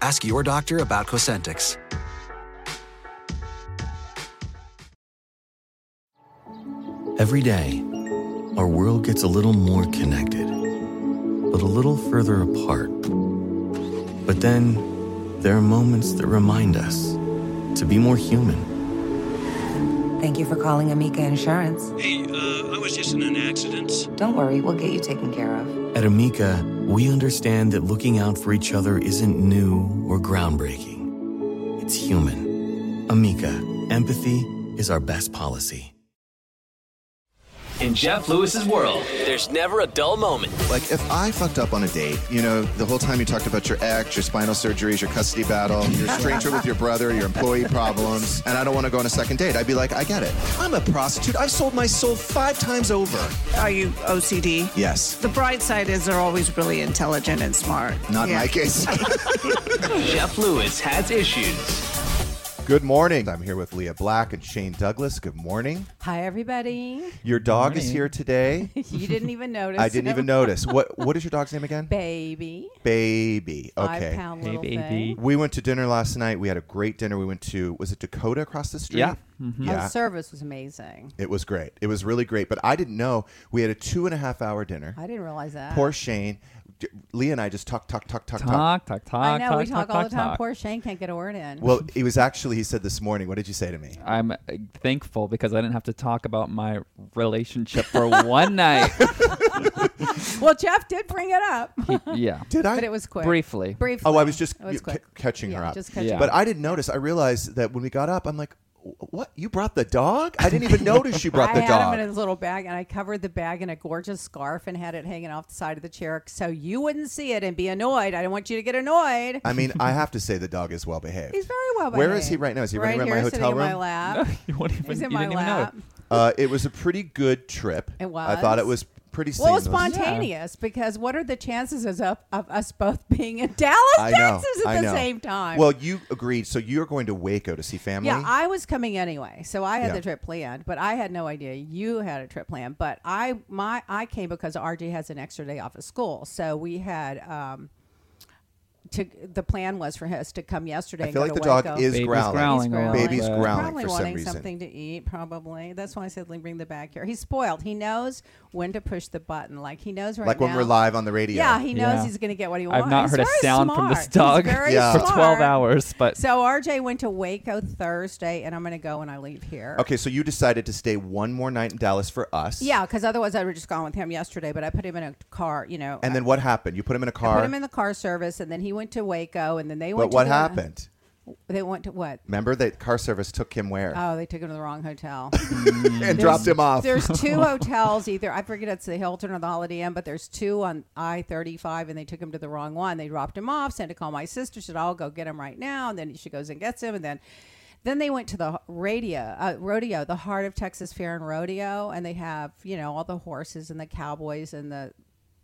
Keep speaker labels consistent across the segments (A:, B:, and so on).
A: Ask your doctor about Cosentix.
B: Every day, our world gets a little more connected, but a little further apart. But then, there are moments that remind us to be more human.
C: Thank you for calling Amica Insurance.
D: Hey, uh, I was just in an accident.
C: Don't worry, we'll get you taken care of.
B: At Amica, we understand that looking out for each other isn't new or groundbreaking, it's human. Amica, empathy is our best policy.
E: In Jeff Lewis's world, there's never a dull moment.
F: Like, if I fucked up on a date, you know, the whole time you talked about your ex, your spinal surgeries, your custody battle, your stranger with your brother, your employee problems, and I don't want to go on a second date, I'd be like, I get it. I'm a prostitute. I've sold my soul five times over.
G: Are you OCD?
F: Yes.
G: The bright side is they're always really intelligent and smart.
F: Not
G: Yeah.
F: my case.
E: Jeff Lewis has issues.
F: Good morning. I'm here with Leah Black and Shane Douglas. Good morning.
H: Hi, everybody.
F: Your dog is here today.
H: You didn't even notice.
F: I didn't even notice. What What is your dog's name again?
H: Baby.
F: Baby.
H: Five
F: Okay.
H: pound little baby.
F: We went to dinner last night. We had a great dinner. We went to was it Dakota across the street? Yeah,
I: Mm-hmm.
F: yeah.
H: Our service was amazing.
F: It was great. It was really great. But I didn't know we had a two and a half hour dinner.
H: I didn't realize that.
F: Poor Shane. D- Lee and I just talk, talk, talk, talk, talk.
I: Talk, talk, talk.
H: I know we talk,
I: talk
H: all the time. Poor Shane can't get a word in.
F: Well, it was actually he said this morning. What did you say to me?
I: I'm uh, thankful because I didn't have to talk about my relationship for one night.
H: well, Jeff did bring it up,
I: yeah.
F: Did I?
H: but it was quick.
I: Briefly.
H: Briefly.
F: Oh, I was just
H: It was
F: c-
H: quick.
F: catching her
H: Yeah,
F: up.
H: just catching
I: Yeah.
H: up.
F: But I didn't notice. I realized that when we got up, I'm like, "What? You brought the dog? I didn't even notice you brought
H: I
F: the
H: had
F: dog."
H: him in his little bag, and I covered the bag in a gorgeous scarf and had it hanging off the side of the chair so you wouldn't see it and be annoyed. I didn't want you to get annoyed.
F: I mean, I have to say the dog is well behaved.
H: He's very well.
F: Where is he
H: behaved.
F: right now? Is he
H: right
F: running around
H: here,
F: my hotel
H: sitting In my
F: room?
H: lap.
I: you won't even,
H: He's in
I: you
H: my
I: didn't
H: lap.
I: even know.
F: Uh, it was a pretty good trip.
H: It
F: I thought it was
H: was?
F: pretty.
H: Well,
F: seamless.
H: it's spontaneous because what are the chances is of, of us both being in Dallas,
F: I know.
H: Texas at
F: I
H: the
F: know.
H: same time?
F: Well, you agreed, so you're going to Waco to see family.
H: yeah, I was coming anyway, so I had
F: Yeah.
H: the trip planned, but I had no idea you had a trip planned. But I my I came because RJ has an extra day off of school, so we had um to the plan was for us to come yesterday.
F: I
H: and
F: feel
H: go
F: like the
H: to
F: dog
H: Waco.
F: is
I: Baby's
F: growling.
I: growling.
F: Baby's
I: But-
F: growling
H: probably
F: for some
H: wanting
F: reason.
H: something to eat. Probably that's why I said like, bring the bag here. He's spoiled. He knows when to push the button. Like he knows right
F: like
H: now.
F: when we're live on the radio.
H: Yeah, he knows
I: Yeah.
H: he's going to get what he wants.
I: I've not
H: He's
I: heard a
H: very
I: sound from this
H: smart. He's
I: dog
H: very
F: Yeah.
I: for
H: smart.
I: 12 hours, but
H: So RJ went to Waco Thursday, and I'm going to go when I leave here.
F: okay, so you decided to stay one more night in Dallas for us.
H: Yeah, because otherwise I would have just gone with him yesterday, but I put him in a car, you know.
F: And then
H: I
F: what happened? You put him in a car.
H: Put him in the car service, and then he went to Waco, and then they
F: but
H: went.
F: what
H: to the-
F: happened?
H: They went to what?
F: Remember that car service took him where
H: Oh, they took him to the wrong hotel.
F: and dropped him off.
H: There's two hotels, either I forget it's the Hilton or the Holiday Inn, but there's two on I-35, and they took him to the wrong one. They dropped him off, sent to call my sister, said I'll go get him right now, and then she goes and gets him, and then. Then they went to the radio, uh, rodeo, the heart of Texas Fair and Rodeo, and they have you know all the horses and the cowboys and the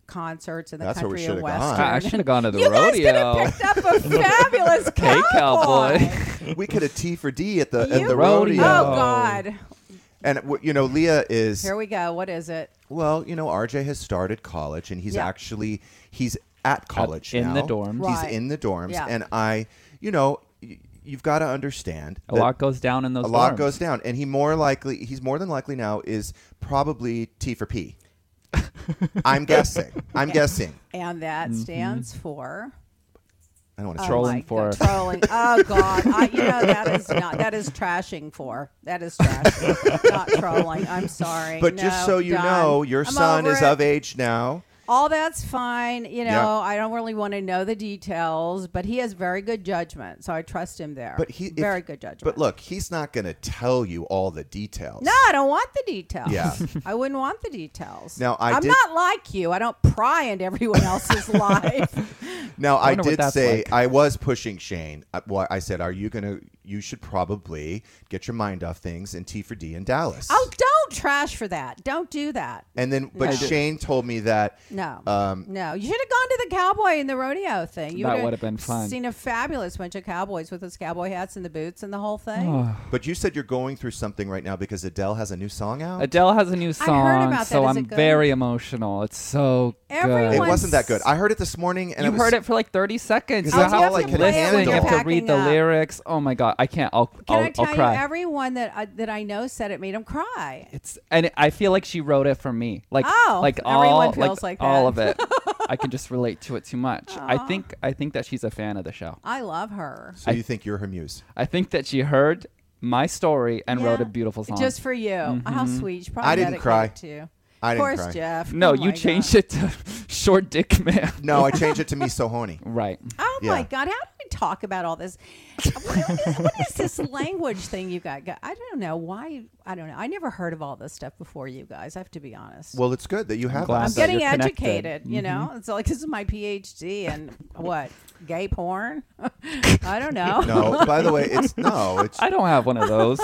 H: concerts and the
F: That's where we
H: country and
F: should have gone.
H: western.
I: I, I should have gone to the
H: you guys could
I: rodeo.
H: have picked up a fabulous
I: Hey,
H: cowboy.
I: cowboy.
F: we could have T for D at the at
H: You-
F: the
I: Rodeo.
F: rodeo.
H: Oh God!
F: And w- you know, Leah is
H: Here we go. What is it?
F: Well, you know, RJ has started college, and he's
H: Yeah.
F: actually he's at college
I: in the
F: now.
I: dorms.
H: Right.
F: He's in the dorms,
H: Yeah.
F: and I, you know, y- you've got to understand
I: a
F: that
I: lot goes down in those
F: a lot
I: dorms.
F: goes down, and he more likely he's more than likely now is probably T for P. I'm guessing. I'm guessing.
H: And that
I: Mm-hmm.
H: stands for.
F: I don't want to.
H: Oh
F: say
I: Trolling
H: my
I: for-
H: God, trolling. Oh God, I, you know that is not that is trashing for that is trashing, not trolling. I'm sorry.
F: But
H: No,
F: just so you
H: done.
F: know, your
H: I'm
F: son
H: over
F: is
H: it.
F: of age now.
H: all that's fine. You know,
J: Yeah.
H: I don't really want to know the details, but he has very good judgment, so I trust him there.
F: But he if-
H: very good judgment.
F: But look, he's not going to tell you all the details.
H: No, I don't want the details.
F: Yeah.
H: I wouldn't want the details.
F: Now, I
H: I'm
F: did-
H: not like you. I don't pry into everyone else's life.
F: Now I,
H: Wonder what
F: did
H: that's
F: say
H: like.
F: I was pushing Shane. I, well, I said, "Are you gonna? You should probably get your mind off things and T for D in Dallas."
H: Oh, don't trash for that. Don't do that.
F: and then, but
H: No.
F: Shane told me that
H: No.
F: um,
H: no, you should have gone to the cowboy and the rodeo thing. You
F: That
H: would've
F: would have been fun.
H: Seen a fabulous bunch of cowboys with those cowboy hats and the boots and the whole thing.
I: Oh,
F: But you said you're going through something right now because Adele has a new song out.
I: Adele has a new
H: I heard
I: song,
H: about
I: so
H: that. Is
I: I'm
H: it good?
I: very emotional. It's so good.
F: It wasn't that good. I heard it this morning, and
I: you
F: it was,
I: heard it for like 30 seconds.
H: Oh,
F: That's all I could
I: Listening,
F: handle.
I: you have to read the
H: Packing up.
I: lyrics. Oh my god, I can't. I'll,
H: Can
I: I'll,
H: I tell
I: will
H: you,
I: cry.
H: everyone that I, that I know said it made them cry.
I: It's and it- I feel like she wrote it for me. Like
H: Oh,
I: like all
H: everyone feels like
I: all of
H: that.
I: it. I can just relate to it too much. I
H: Aw.
I: think I think that she's a fan of the show.
H: I love her.
F: So you think you're her muse?
I: I think that she heard my story and wrote a beautiful song
H: Just for you. How
I: Mhm.
H: sweet. She probably
F: I didn't
H: dedicated
F: cry.
H: it To you.
F: I
H: of
F: didn't
H: course,
F: cry.
H: Jeff.
I: No,
H: Oh
I: you
H: my
I: changed it to short dick man.
F: No, I changed it to me so horny.
I: Right.
H: Oh my God! How do we talk about all this? what what is this language thing you got? I don't know why. I don't know. I never heard of all this stuff before, you guys. I have to be honest.
F: Well, it's good that you have.
I: glad
F: us.
H: I'm getting educated. You know, it's like this is my PhD and what gay porn. I don't know.
F: No, by the way, it's no. It's
I: I don't have one of those.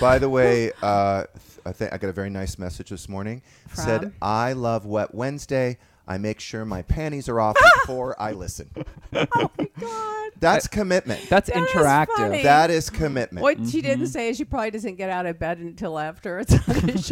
F: By the way, uh, I think I got a very nice message this morning. Said
H: From?
F: I love Wet Wednesday. I make sure my panties are off before I listen. Oh my god, that's commitment.
I: That's
H: That is interactive. funny.
F: That is commitment.
H: What she didn't say is she probably doesn't get out of bed until after it's on the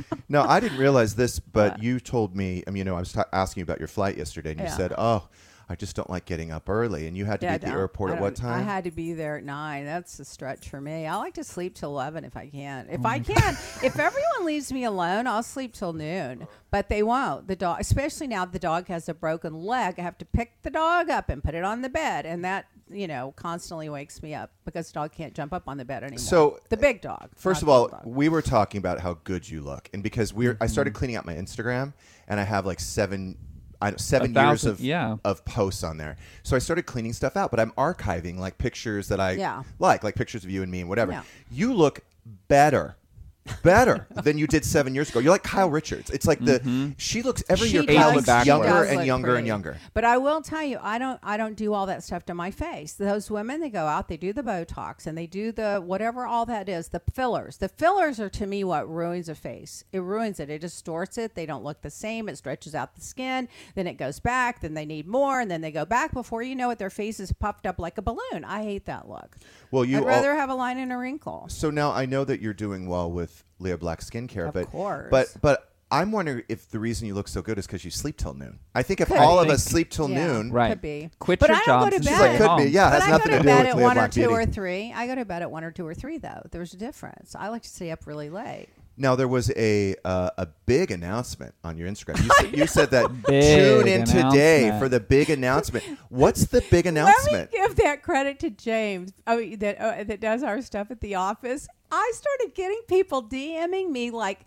H: show.
F: No, I didn't realize this, but you told me. I mean, you know, I was ta- asking you about your flight yesterday, and you
H: Yeah.
F: said, "Oh, I just don't like getting up early," and you had to
H: Yeah,
F: be
H: I
F: at the
H: don't-
F: airport
H: I
F: at what
H: don't- I
F: time?
H: had to be there at nine. That's a stretch for me. I like to sleep till eleven if I can. If
F: Oh
H: I can, if everyone leaves me alone, I'll sleep till noon. But they won't. The dog, especially now, the dog has a broken leg. I have to pick the dog up and put it on the bed, and that you know constantly wakes me up because the dog can't jump up on the bed anymore.
F: So,
H: the big dog.
F: First
H: not
F: of
H: the
F: all,
H: little dog. Mm-hmm.
F: we were talking about how good you look, and because we're, I started cleaning out my Instagram, and I have like seven, I don't, seven years
I: thousand-
F: of
I: yeah.
F: of posts on there. So I started cleaning stuff out, but I'm archiving like pictures that I
H: Yeah.
F: like, like pictures of you and me and whatever.
H: Yeah.
F: You look better. Better than you did seven years ago. You're like Kyle Richards. It's like the she looks every
H: Mm-hmm. She
F: year.
H: does
F: Kyle
H: look
F: looks
H: pretty. She
F: younger
H: does
F: and
H: look
F: younger and
H: pretty.
F: younger.
H: But I will tell you, I don't I don't do all that stuff to my face. Those women they go out, they do the Botox and they do the whatever all that is, the fillers. The fillers are to me what ruins a face. It ruins it. It distorts it. They don't look the same. It stretches out the skin, then it goes back, then they need more, and then they go back before you know it, their face is puffed up like a balloon. I hate that look.
F: Well, you
H: I'd
F: al-
H: rather have a line and a wrinkle.
F: So now I know that you're doing well with Leo Black skincare,
H: Of
F: but
H: course.
F: but but I'm wondering if the reason you look so good is because you sleep till noon. I think if
H: Could
F: all
H: be.
F: of us sleep till
H: Yeah,
F: noon,
I: Right.
H: Could be.
I: Quit
H: but
I: your
H: I don't
I: job
H: go to
I: and
H: bed.
I: just stay
F: Could be, yeah, it
H: But
F: has
H: I
F: nothing
H: go
F: to
H: to
F: do
H: bed
F: with
H: at
F: Leah
H: one or
F: Black
H: two
F: Beauty.
H: or three. I go to bed at one or two or three though. There's a difference. I like to stay up really late.
F: Now there was a uh, a big announcement on your Instagram. You, said, you said that
I: Big
F: tune in today
I: announcement.
F: for the big announcement. What's the big announcement?
H: Let me give that credit to James. Oh, that uh, that does our stuff at the office. I started getting people DMing me like.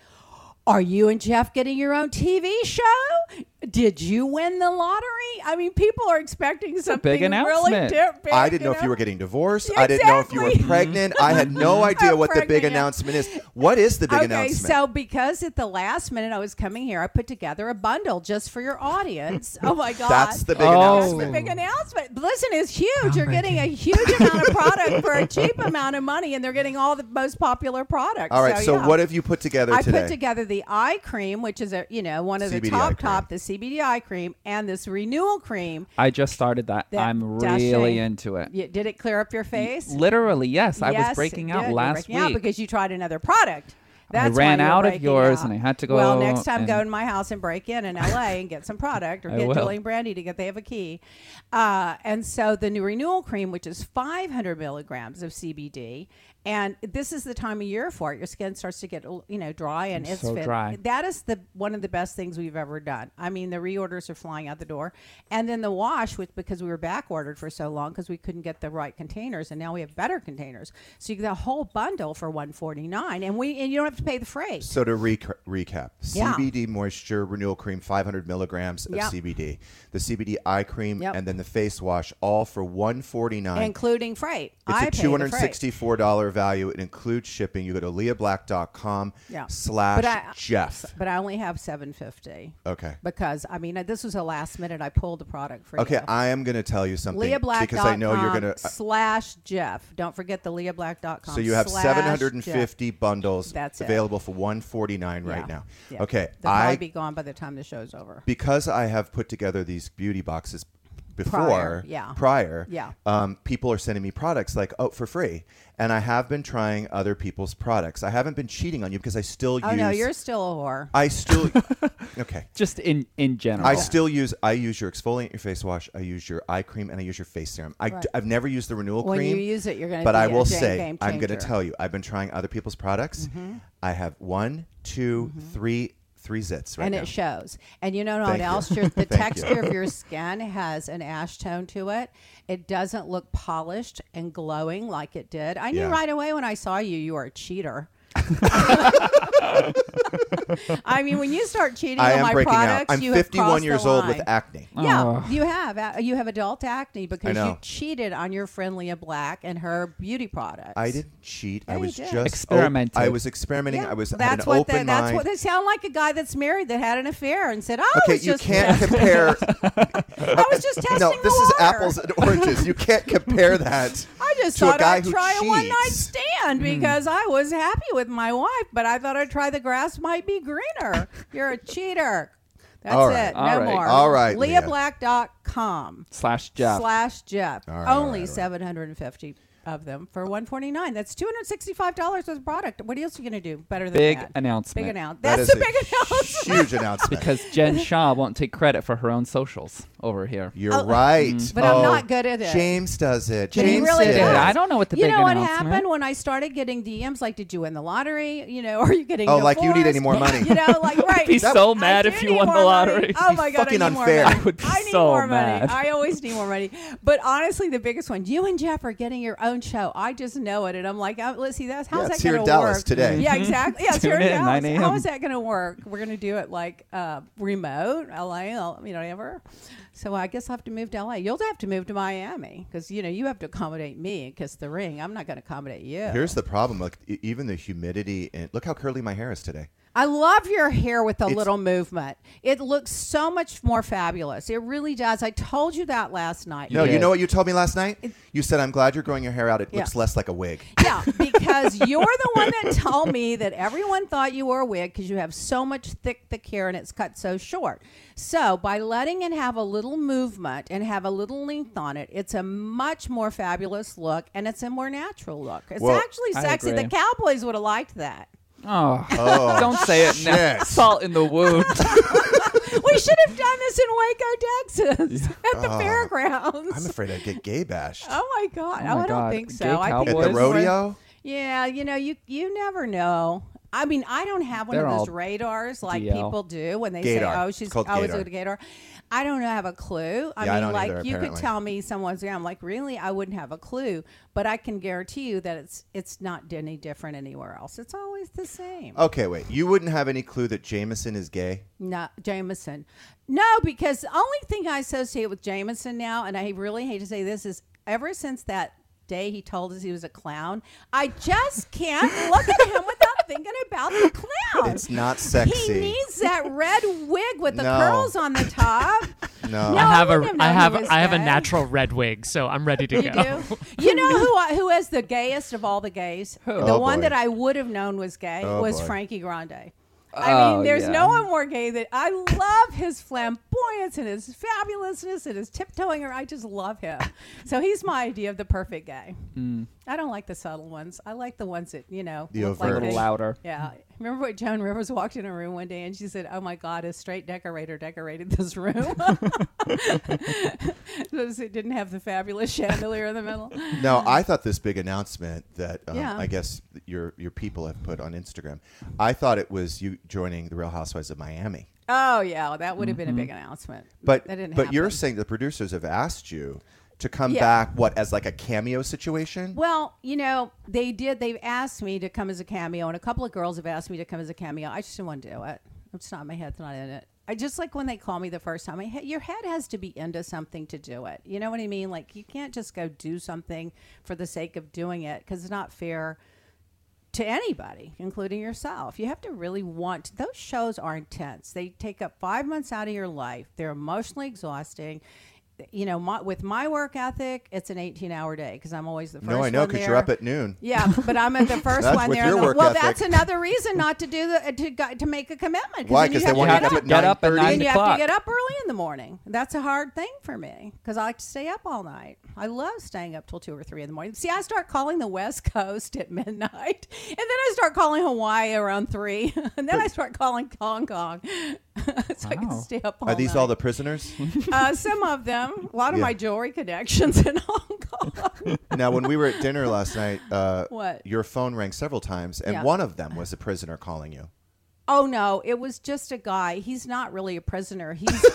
H: Are you and Jeff getting your own TV show? Did you win the lottery? I mean, people are expecting something
F: big
H: really
F: announcement.
H: different.
F: I didn't know if you were getting divorced.
H: Yeah,
F: I didn't know if you
H: exactly.
F: were pregnant. I had no idea what the big
H: pregnant, yeah.
F: announcement is. What is the big
H: okay,
F: announcement?
H: so because at the last minute I was coming here, I put together a bundle just for your audience. Oh my god,
F: That's the big
H: That's the
F: announcement.
H: big announcement. Listen, it's huge. You're getting a huge amount of product for a cheap amount of money, and they're getting all the most popular products.
F: all right. So,
H: yeah.
F: what have you put together
H: I
F: today?
H: put together the eye cream, which is a you know one of the
I: CBD eye
H: top top, the CBD eye cream, and this renewal cream.
I: I just started that.
H: That
I: I'm
H: dashing-
I: really into it.
H: Y- Did it clear up your face?
I: Literally, yes. I
H: Yes,
I: was breaking
H: it
I: out
H: did. You were
I: last
H: breaking out
I: week.
H: because you tried another product. That's why
I: ran
H: you were
I: out of
H: breaking
I: yours
H: out.
I: and I had to
H: Well,
I: go
H: next time, go
I: and-
H: to my house and break in in LA and get some product, or
I: I
H: get
I: will.
H: Julie and Brandy to get they have a key. Uh, and so the new renewal cream, which is 500 milligrams of CBD, And this is the time of year for it. Your skin starts to get you know dry and
I: I'm
H: it's
I: so
H: fit.
I: dry.
H: That is the one of the best things we've ever done. I mean, the reorders are flying out the door, and then the wash, which because we were back ordered for so long because we couldn't get the right containers, and now we have better containers. So you get a whole bundle for one forty nine, and we and you don't have to pay the freight.
F: So to reca- recap,
H: Yeah.
F: CBD moisture renewal cream, 500 milligrams of
H: Yep.
F: CBD, the CBD eye cream,
H: Yep.
F: and then the face wash, all for 149.
H: including freight.
F: it's
H: I
F: a
H: pay
F: two
H: the
F: hundred
H: freight.
F: sixty-four dollar value. It includes shipping. You go to leahblack.com
H: Yeah.
F: slash
H: But I-
F: Jeff.
H: But I only have seven fifty.
F: Okay.
H: Because I mean, this was a last minute. I pulled the product for
F: Okay,
H: you.
F: I am going to tell you something
H: LeahBlack.com
F: because I know you're going to.
H: slash Jeff. Don't forget the LeahBlack.com.
F: So you have
H: slash
F: 750
H: Jeff.
F: bundles
H: That's it.
F: available for 149
H: Yeah.
F: right now.
H: Yeah.
F: Okay,
H: They'll
F: I
H: probably be gone by the time the show's over.
F: because I have put together these beauty boxes before
H: Prior, yeah.
F: prior,
H: Yeah.
F: um, people are sending me products like oh for free and I have been trying other people's products. I haven't been cheating on you because I still
H: Oh
F: use
H: no, you're still a whore.
F: I still okay.
I: Just in in general.
F: I still use I use your exfoliant, your face wash, I use your eye cream, and I use your face serum. I,
H: Right.
F: have never used the renewal
H: When
F: cream.
H: you use it, you're gonna
F: But
H: be
F: I
H: a
F: will
H: game-
F: say,
H: game
F: I'm going to
H: changer.
F: tell you, I've been trying other people's products.
H: Mm-hmm.
F: I have one, two, three, three zits right
H: and
F: now.
H: it shows. And you know what
F: Thank you.
H: else? Your, the
F: Thank you.
H: texture of your skin has an ash tone to it. It doesn't look polished and glowing like it did. I knew
K: Yeah.
H: right away when I saw you, you are a cheater. I mean, when you start cheating
F: I
H: on
F: am
H: my
F: breaking out.
H: products,
F: I'm
H: you have
F: 51
H: crossed
F: years
H: the
F: old with
H: line.
F: acne.
H: Yeah,
F: Ugh.
H: you have a- you have adult acne because you
F: know.
H: cheated on your friendly a black and her beauty products.
F: I didn't cheat. I
H: you
F: was
H: did.
F: just
I: Experimented.
F: I was experimenting. I was had
H: That's
F: an
H: what
F: open
H: they,
F: mind.
H: that's what they sound like a guy that's married that had an affair and said, "Oh, "I
F: Okay,
H: was
F: you
H: just
F: can't compare.
H: I was just testing
F: No,
H: the
F: this is
H: water. Oh,
F: apples and oranges. You can't compare that.
H: I just
F: to a
H: thought
F: guy
H: I'd
F: who
H: try a one night
F: cheats.
H: stand
F: Mm.
H: because I was happy with my wife, but I thought I'd try the grass might be greener. You're a cheater. That's
F: All right.
H: it.
F: All
H: no
F: right.
H: more.
F: All right, Leah.
H: LeahBlack.com
I: slash Jeff.
H: slash Jeff.
I: All right, all
H: Only
I: right, all right.
H: 750 of them for 149 That's $265 worth of product. What else are you going to do better than
I: Big
H: that?
I: announcement.
H: Big announcement.
F: That
H: That's
F: is
H: the big announcement.
F: Huge announcement.
I: Because Jen Shaw won't take credit for her own socials over here.
F: You're right.
H: mm, But I'm
F: Oh,
H: not good at it.
F: James does it.
I: James
F: James
I: really
F: did.
I: did.
F: it.
I: I don't know what the
H: you
I: big
H: know what
I: announcement.
H: happened when I started getting DMs like, "Did you win the lottery? You know, are you getting
F: Oh, like, you need any
H: divorced?"
F: more money.
H: You know, like right?
I: be so mad
H: do
I: if you
H: need
I: won the
H: more money.
I: lottery.
H: Oh my
I: Be
H: god,
I: fucking
H: I need more
I: unfair.
H: money.
I: I would be
H: I need
I: so
H: more
I: mad.
H: money. I always need more money. But honestly, the biggest one, you and Jeff are getting your own show. I just know it, and I'm like, oh, let's see, that's how's
F: Yeah,
H: that
F: it's here
H: going
F: in
H: to work?
F: Dallas today.
H: Yeah,
F: Mhm.
H: exactly. Yeah, it's
I: Tune
H: here in
I: in, 9
H: Dallas.
I: a.m..
H: How is that going to work? We're going to do it like uh, remote, LA, you know, ever. So I guess I will have to move to LA. You'll have to move to Miami because you know you have to accommodate me and kiss the ring. I'm not going to accommodate you.
F: Here's the problem. Like e- even the humidity and look how curly my hair is today.
H: I love your hair with the
F: It's-
H: little movement. It looks so much more fabulous. It really does. I told you that last night.
F: No, you know what you told me last night? You said I'm glad you're growing your hair out. It
H: Yeah.
F: looks less like a wig.
H: Yeah, because you're the one that told me that everyone thought you were a wig because you have so much thick, thick hair and it's cut so short. So by letting it have a little movement and have a little length on it, it's a much more fabulous look and it's a more natural look. It's
I: Well,
H: actually
I: I
H: sexy.
I: agree.
H: The Cowboys would have liked that.
I: Oh,
F: Oh,
I: don't say it now.
F: shit.
I: Salt in the wound.
H: We should have done this in Waco, Texas, at the
I: Uh,
F: Oh,
H: fairgrounds.
F: I'm afraid I'd get gay bashed.
H: Oh my god!
I: Oh
H: Oh,
I: my God.
H: I don't think so.
I: Gay
H: I think
F: At
I: Cowboys?
F: the
I: Boys?
F: rodeo?
H: yeah, you know, you you never know. I mean, I don't have one
F: They're
H: of
F: all
H: those radars like
F: DL.
H: people do when they
F: Gaydar.
H: say, "Oh,
F: It's
H: she's
F: called
H: always
F: Gaydar.
H: a gator." I don't have a clue. I
F: Yeah, I
H: mean,
F: don't
H: like
F: either,
H: you
F: apparently.
H: could tell me someone's. Yeah, I'm like, really? I wouldn't have a clue, but I can guarantee you that it's it's not any different anywhere else. It's always the same.
F: Okay, wait. You wouldn't have any clue that Jameson is gay?
H: No, Jameson. No, because the only thing I associate with Jameson now, and I really hate to say this, is ever since that day he told us he was a clown, I just can't look at him without thinking about the clown.
F: It's not sexy.
H: He needs that red wig with the
F: No.
H: curls on the top.
F: no.
H: No,
L: I have a
H: wouldn't
L: I
H: known
L: have
H: he was
L: I have a
H: gay.
L: natural red wig, so I'm ready to
H: You
L: go.
H: do. You know who I, who is the gayest of all the gays? The
L: Oh,
H: one
L: boy.
H: that I would have known was gay
L: Oh,
H: was
L: boy.
H: Frankie Grande. I
L: Oh,
H: mean, there's
L: yeah.
H: no one more gay that I love his flamboyance and his fabulousness and his tiptoeing. Or I just love him. So he's my idea of the perfect gay.
I: Mm.
H: I don't like the subtle ones. I like the ones that you know
F: The
H: look like
F: overt. A little
H: they-
F: louder.
H: Yeah. Remember when Joan Rivers walked in a room one day and she said, "Oh my God, a straight decorator decorated this room." Notice it didn't have the fabulous chandelier in the middle.
F: No, I thought this big announcement that um,
H: Yeah.
F: I guess your your people have put on Instagram. I thought it was you joining the Real Housewives of Miami.
H: Oh yeah, well, that would have been
F: Mhm.
H: a big announcement.
F: But
H: that didn't
F: but
H: happen.
F: you're saying the producers have asked you to come
H: Yeah.
F: back what as like a cameo situation?
H: Well, you know, they did. They've asked me to come as a cameo, and a couple of girls have asked me to come as a cameo. I just didn't want to do it. It's not my head's not in it. I just like when they call me the first time. I, he- your head has to be into something to do it. You know what I mean? Like you can't just go do something for the sake of doing it because it's not fair to anybody, including yourself. You have to really want those shows are intense. They take up five months out of your life. They're emotionally exhausting. You know, my, with my work ethic, it's an 18 hour day because I'm always the first
F: No, I know
H: one
F: because
H: there.
F: you're up at noon.
H: Yeah, but I'm at the first
F: That's
H: one
F: with
H: there.
F: your
H: I'm the-
F: work
H: well,
F: ethic.
H: that's another reason not to do the to go- to make a commitment.
F: Why?
H: then you
F: 'Cause they
H: have to
F: want you to get up at
H: Then
F: 9
H: you have
F: o'clock.
H: to get up early in the morning. That's a hard thing for me because I like to stay up all night. I love staying up till two or three in the morning. See, I start calling the West Coast at midnight, and then I start calling Hawaii around three, and then I start calling Hong Kong, so I can stay up all
F: Are these
H: night.
F: all the prisoners?
H: uh, some of them, a lot of
F: Yeah.
H: my jewelry connections in Hong Kong.
F: now, when we were at dinner last night, uh,
H: What?
F: your phone rang several times, and
H: Yeah.
F: one of them was a prisoner calling you.
H: Oh no, it was just a guy. He's not really a prisoner. He's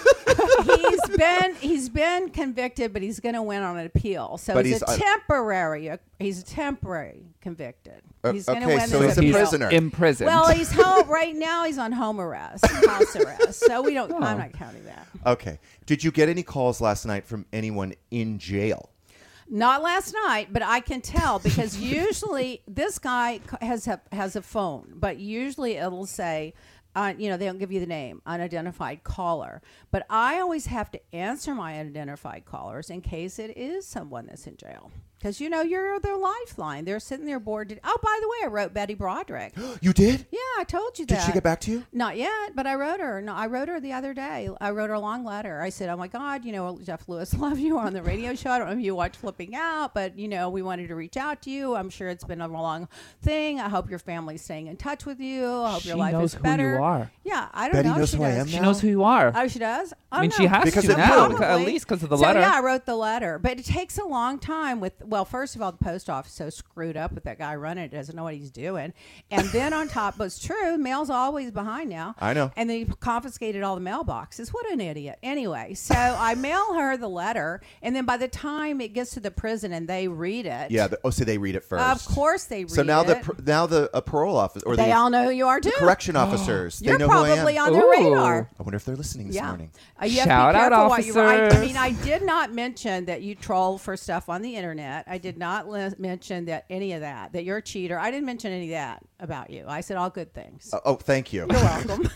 H: he's been he's been convicted, but he's going to win on an appeal. So
F: But
H: he's,
F: he's,
H: a
F: uh,
H: temporary. he's a temporary convicted.
F: Uh,
H: he's going to
F: okay,
H: win
F: so
H: his
F: he's a
H: appeal.
F: prisoner. Imprisoned.
H: Well, he's home right now. He's on home arrest, house arrest. So we don't. I'm not counting that.
F: Okay. Did you get any calls last night from anyone in jail?
H: Not last night, but I can tell because usually this guy c- has a, has a phone, but usually it'll say, uh, you know, they don't give you the name, unidentified caller. But I always have to answer my unidentified callers in case it is someone that's in jail. Because you know you're their lifeline. They're sitting there bored. To, oh, by the way, I wrote Betty Broderick.
F: You did?
H: Yeah, I told you
F: Did
H: that.
F: she get back to you?
H: Not yet, but I wrote her. No, I wrote her the other day. I wrote her a long letter. I said, "Oh my God, you know Jeff Lewis loves you on the radio show. I don't know if you watch Flipping Out, but you know we wanted to reach out to you. I'm sure it's been a long thing. I hope your family's staying in touch with you. I hope
I: She
H: your life
I: knows
H: is
I: who you
H: better.
I: are.
H: Yeah, I don't
I: Betty
H: know. if
I: knows
H: she
I: who I
H: does.
I: am She now? knows who you are.
H: Oh, she does.
I: I mean,
H: don't
I: she
H: know.
I: has Because to of now, you. at least 'cause of the
H: so,
I: letter.
H: Yeah, I wrote the letter, but it takes a long time. With well, first of all, the post office is so screwed up with that guy running it doesn't know what he's doing, and then on top, but it's true, mail's always behind now.
F: I know.
H: And then he confiscated all the mailboxes. What an idiot. Anyway, so I mail her the letter, and then by the time it gets to the prison and they read it,
F: Yeah. The, oh, so they read it first.
H: of course they read
F: So now
H: it.
F: the pr- now the uh, parole officer or
H: they
F: the,
H: all know who you are
F: the
H: too.
F: correction officers.
H: You're
F: they know
H: probably
F: who I
H: on
I: Oh.
F: am.
H: their Ooh. radar.
F: I wonder if they're listening this morning.
H: Uh, you
I: Shout out,
H: have to be careful what you write. I
I: officers.
H: mean, I did not mention that you troll for stuff on the internet. I did not li- mention that any of that, that you're a cheater. I didn't mention any of that about you. I said all good things.
F: Uh, oh, thank you.
H: You're welcome.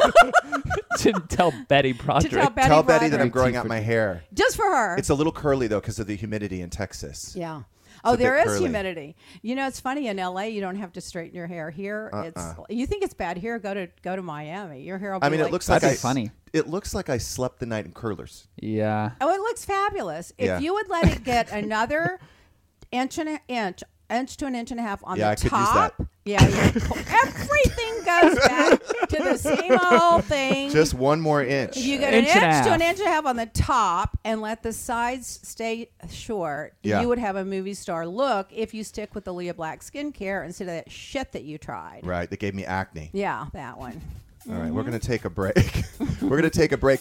I: Didn't tell Betty Broderick.
H: Tell Betty
F: Tell Betty that
H: Broderick.
F: I'm growing out my hair.
H: Just for her.
F: It's a little curly though because of the humidity in Texas.
H: yeah.
F: a
H: Oh,
F: bit
H: there is
F: curly.
H: humidity. You know, it's funny in LA. You don't have to straighten your hair here. It's
F: Uh-uh.
H: you think it's bad here. Go to go to Miami. Your hair. Will be
F: I mean, it looks like I,
I: That'd be funny.
F: It looks like I slept the night in curlers.
I: Yeah.
H: Oh, it looks fabulous.
F: Yeah.
H: If you would let it get another inch and a inch, inch to an inch and a half on
F: Yeah,
H: the
F: I could use
H: top.
F: that.
H: Yeah, yeah. everything goes back to the same old thing.
F: Just one more inch.
H: if you get an inch to an inch and a half on the top and let the sides stay short,
F: Yeah.
H: you would have a movie star look if you stick with the Leah Black skincare instead of that shit that you tried.
F: Right. They gave me acne.
H: Yeah, that one.
F: All right,
H: Mm-hmm.
F: we're going to take a break. we're going to take a break.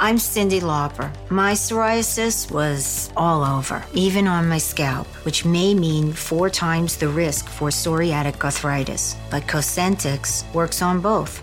M: I'm Cindy Lauper. My psoriasis was all over, even on my scalp, which may mean four times the risk for psoriatic arthritis. But Cosentix works on both.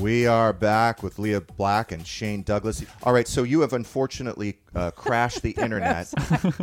F: We are back with Leah Black and Shane Douglas. All right, so you have unfortunately uh, crashed the internet.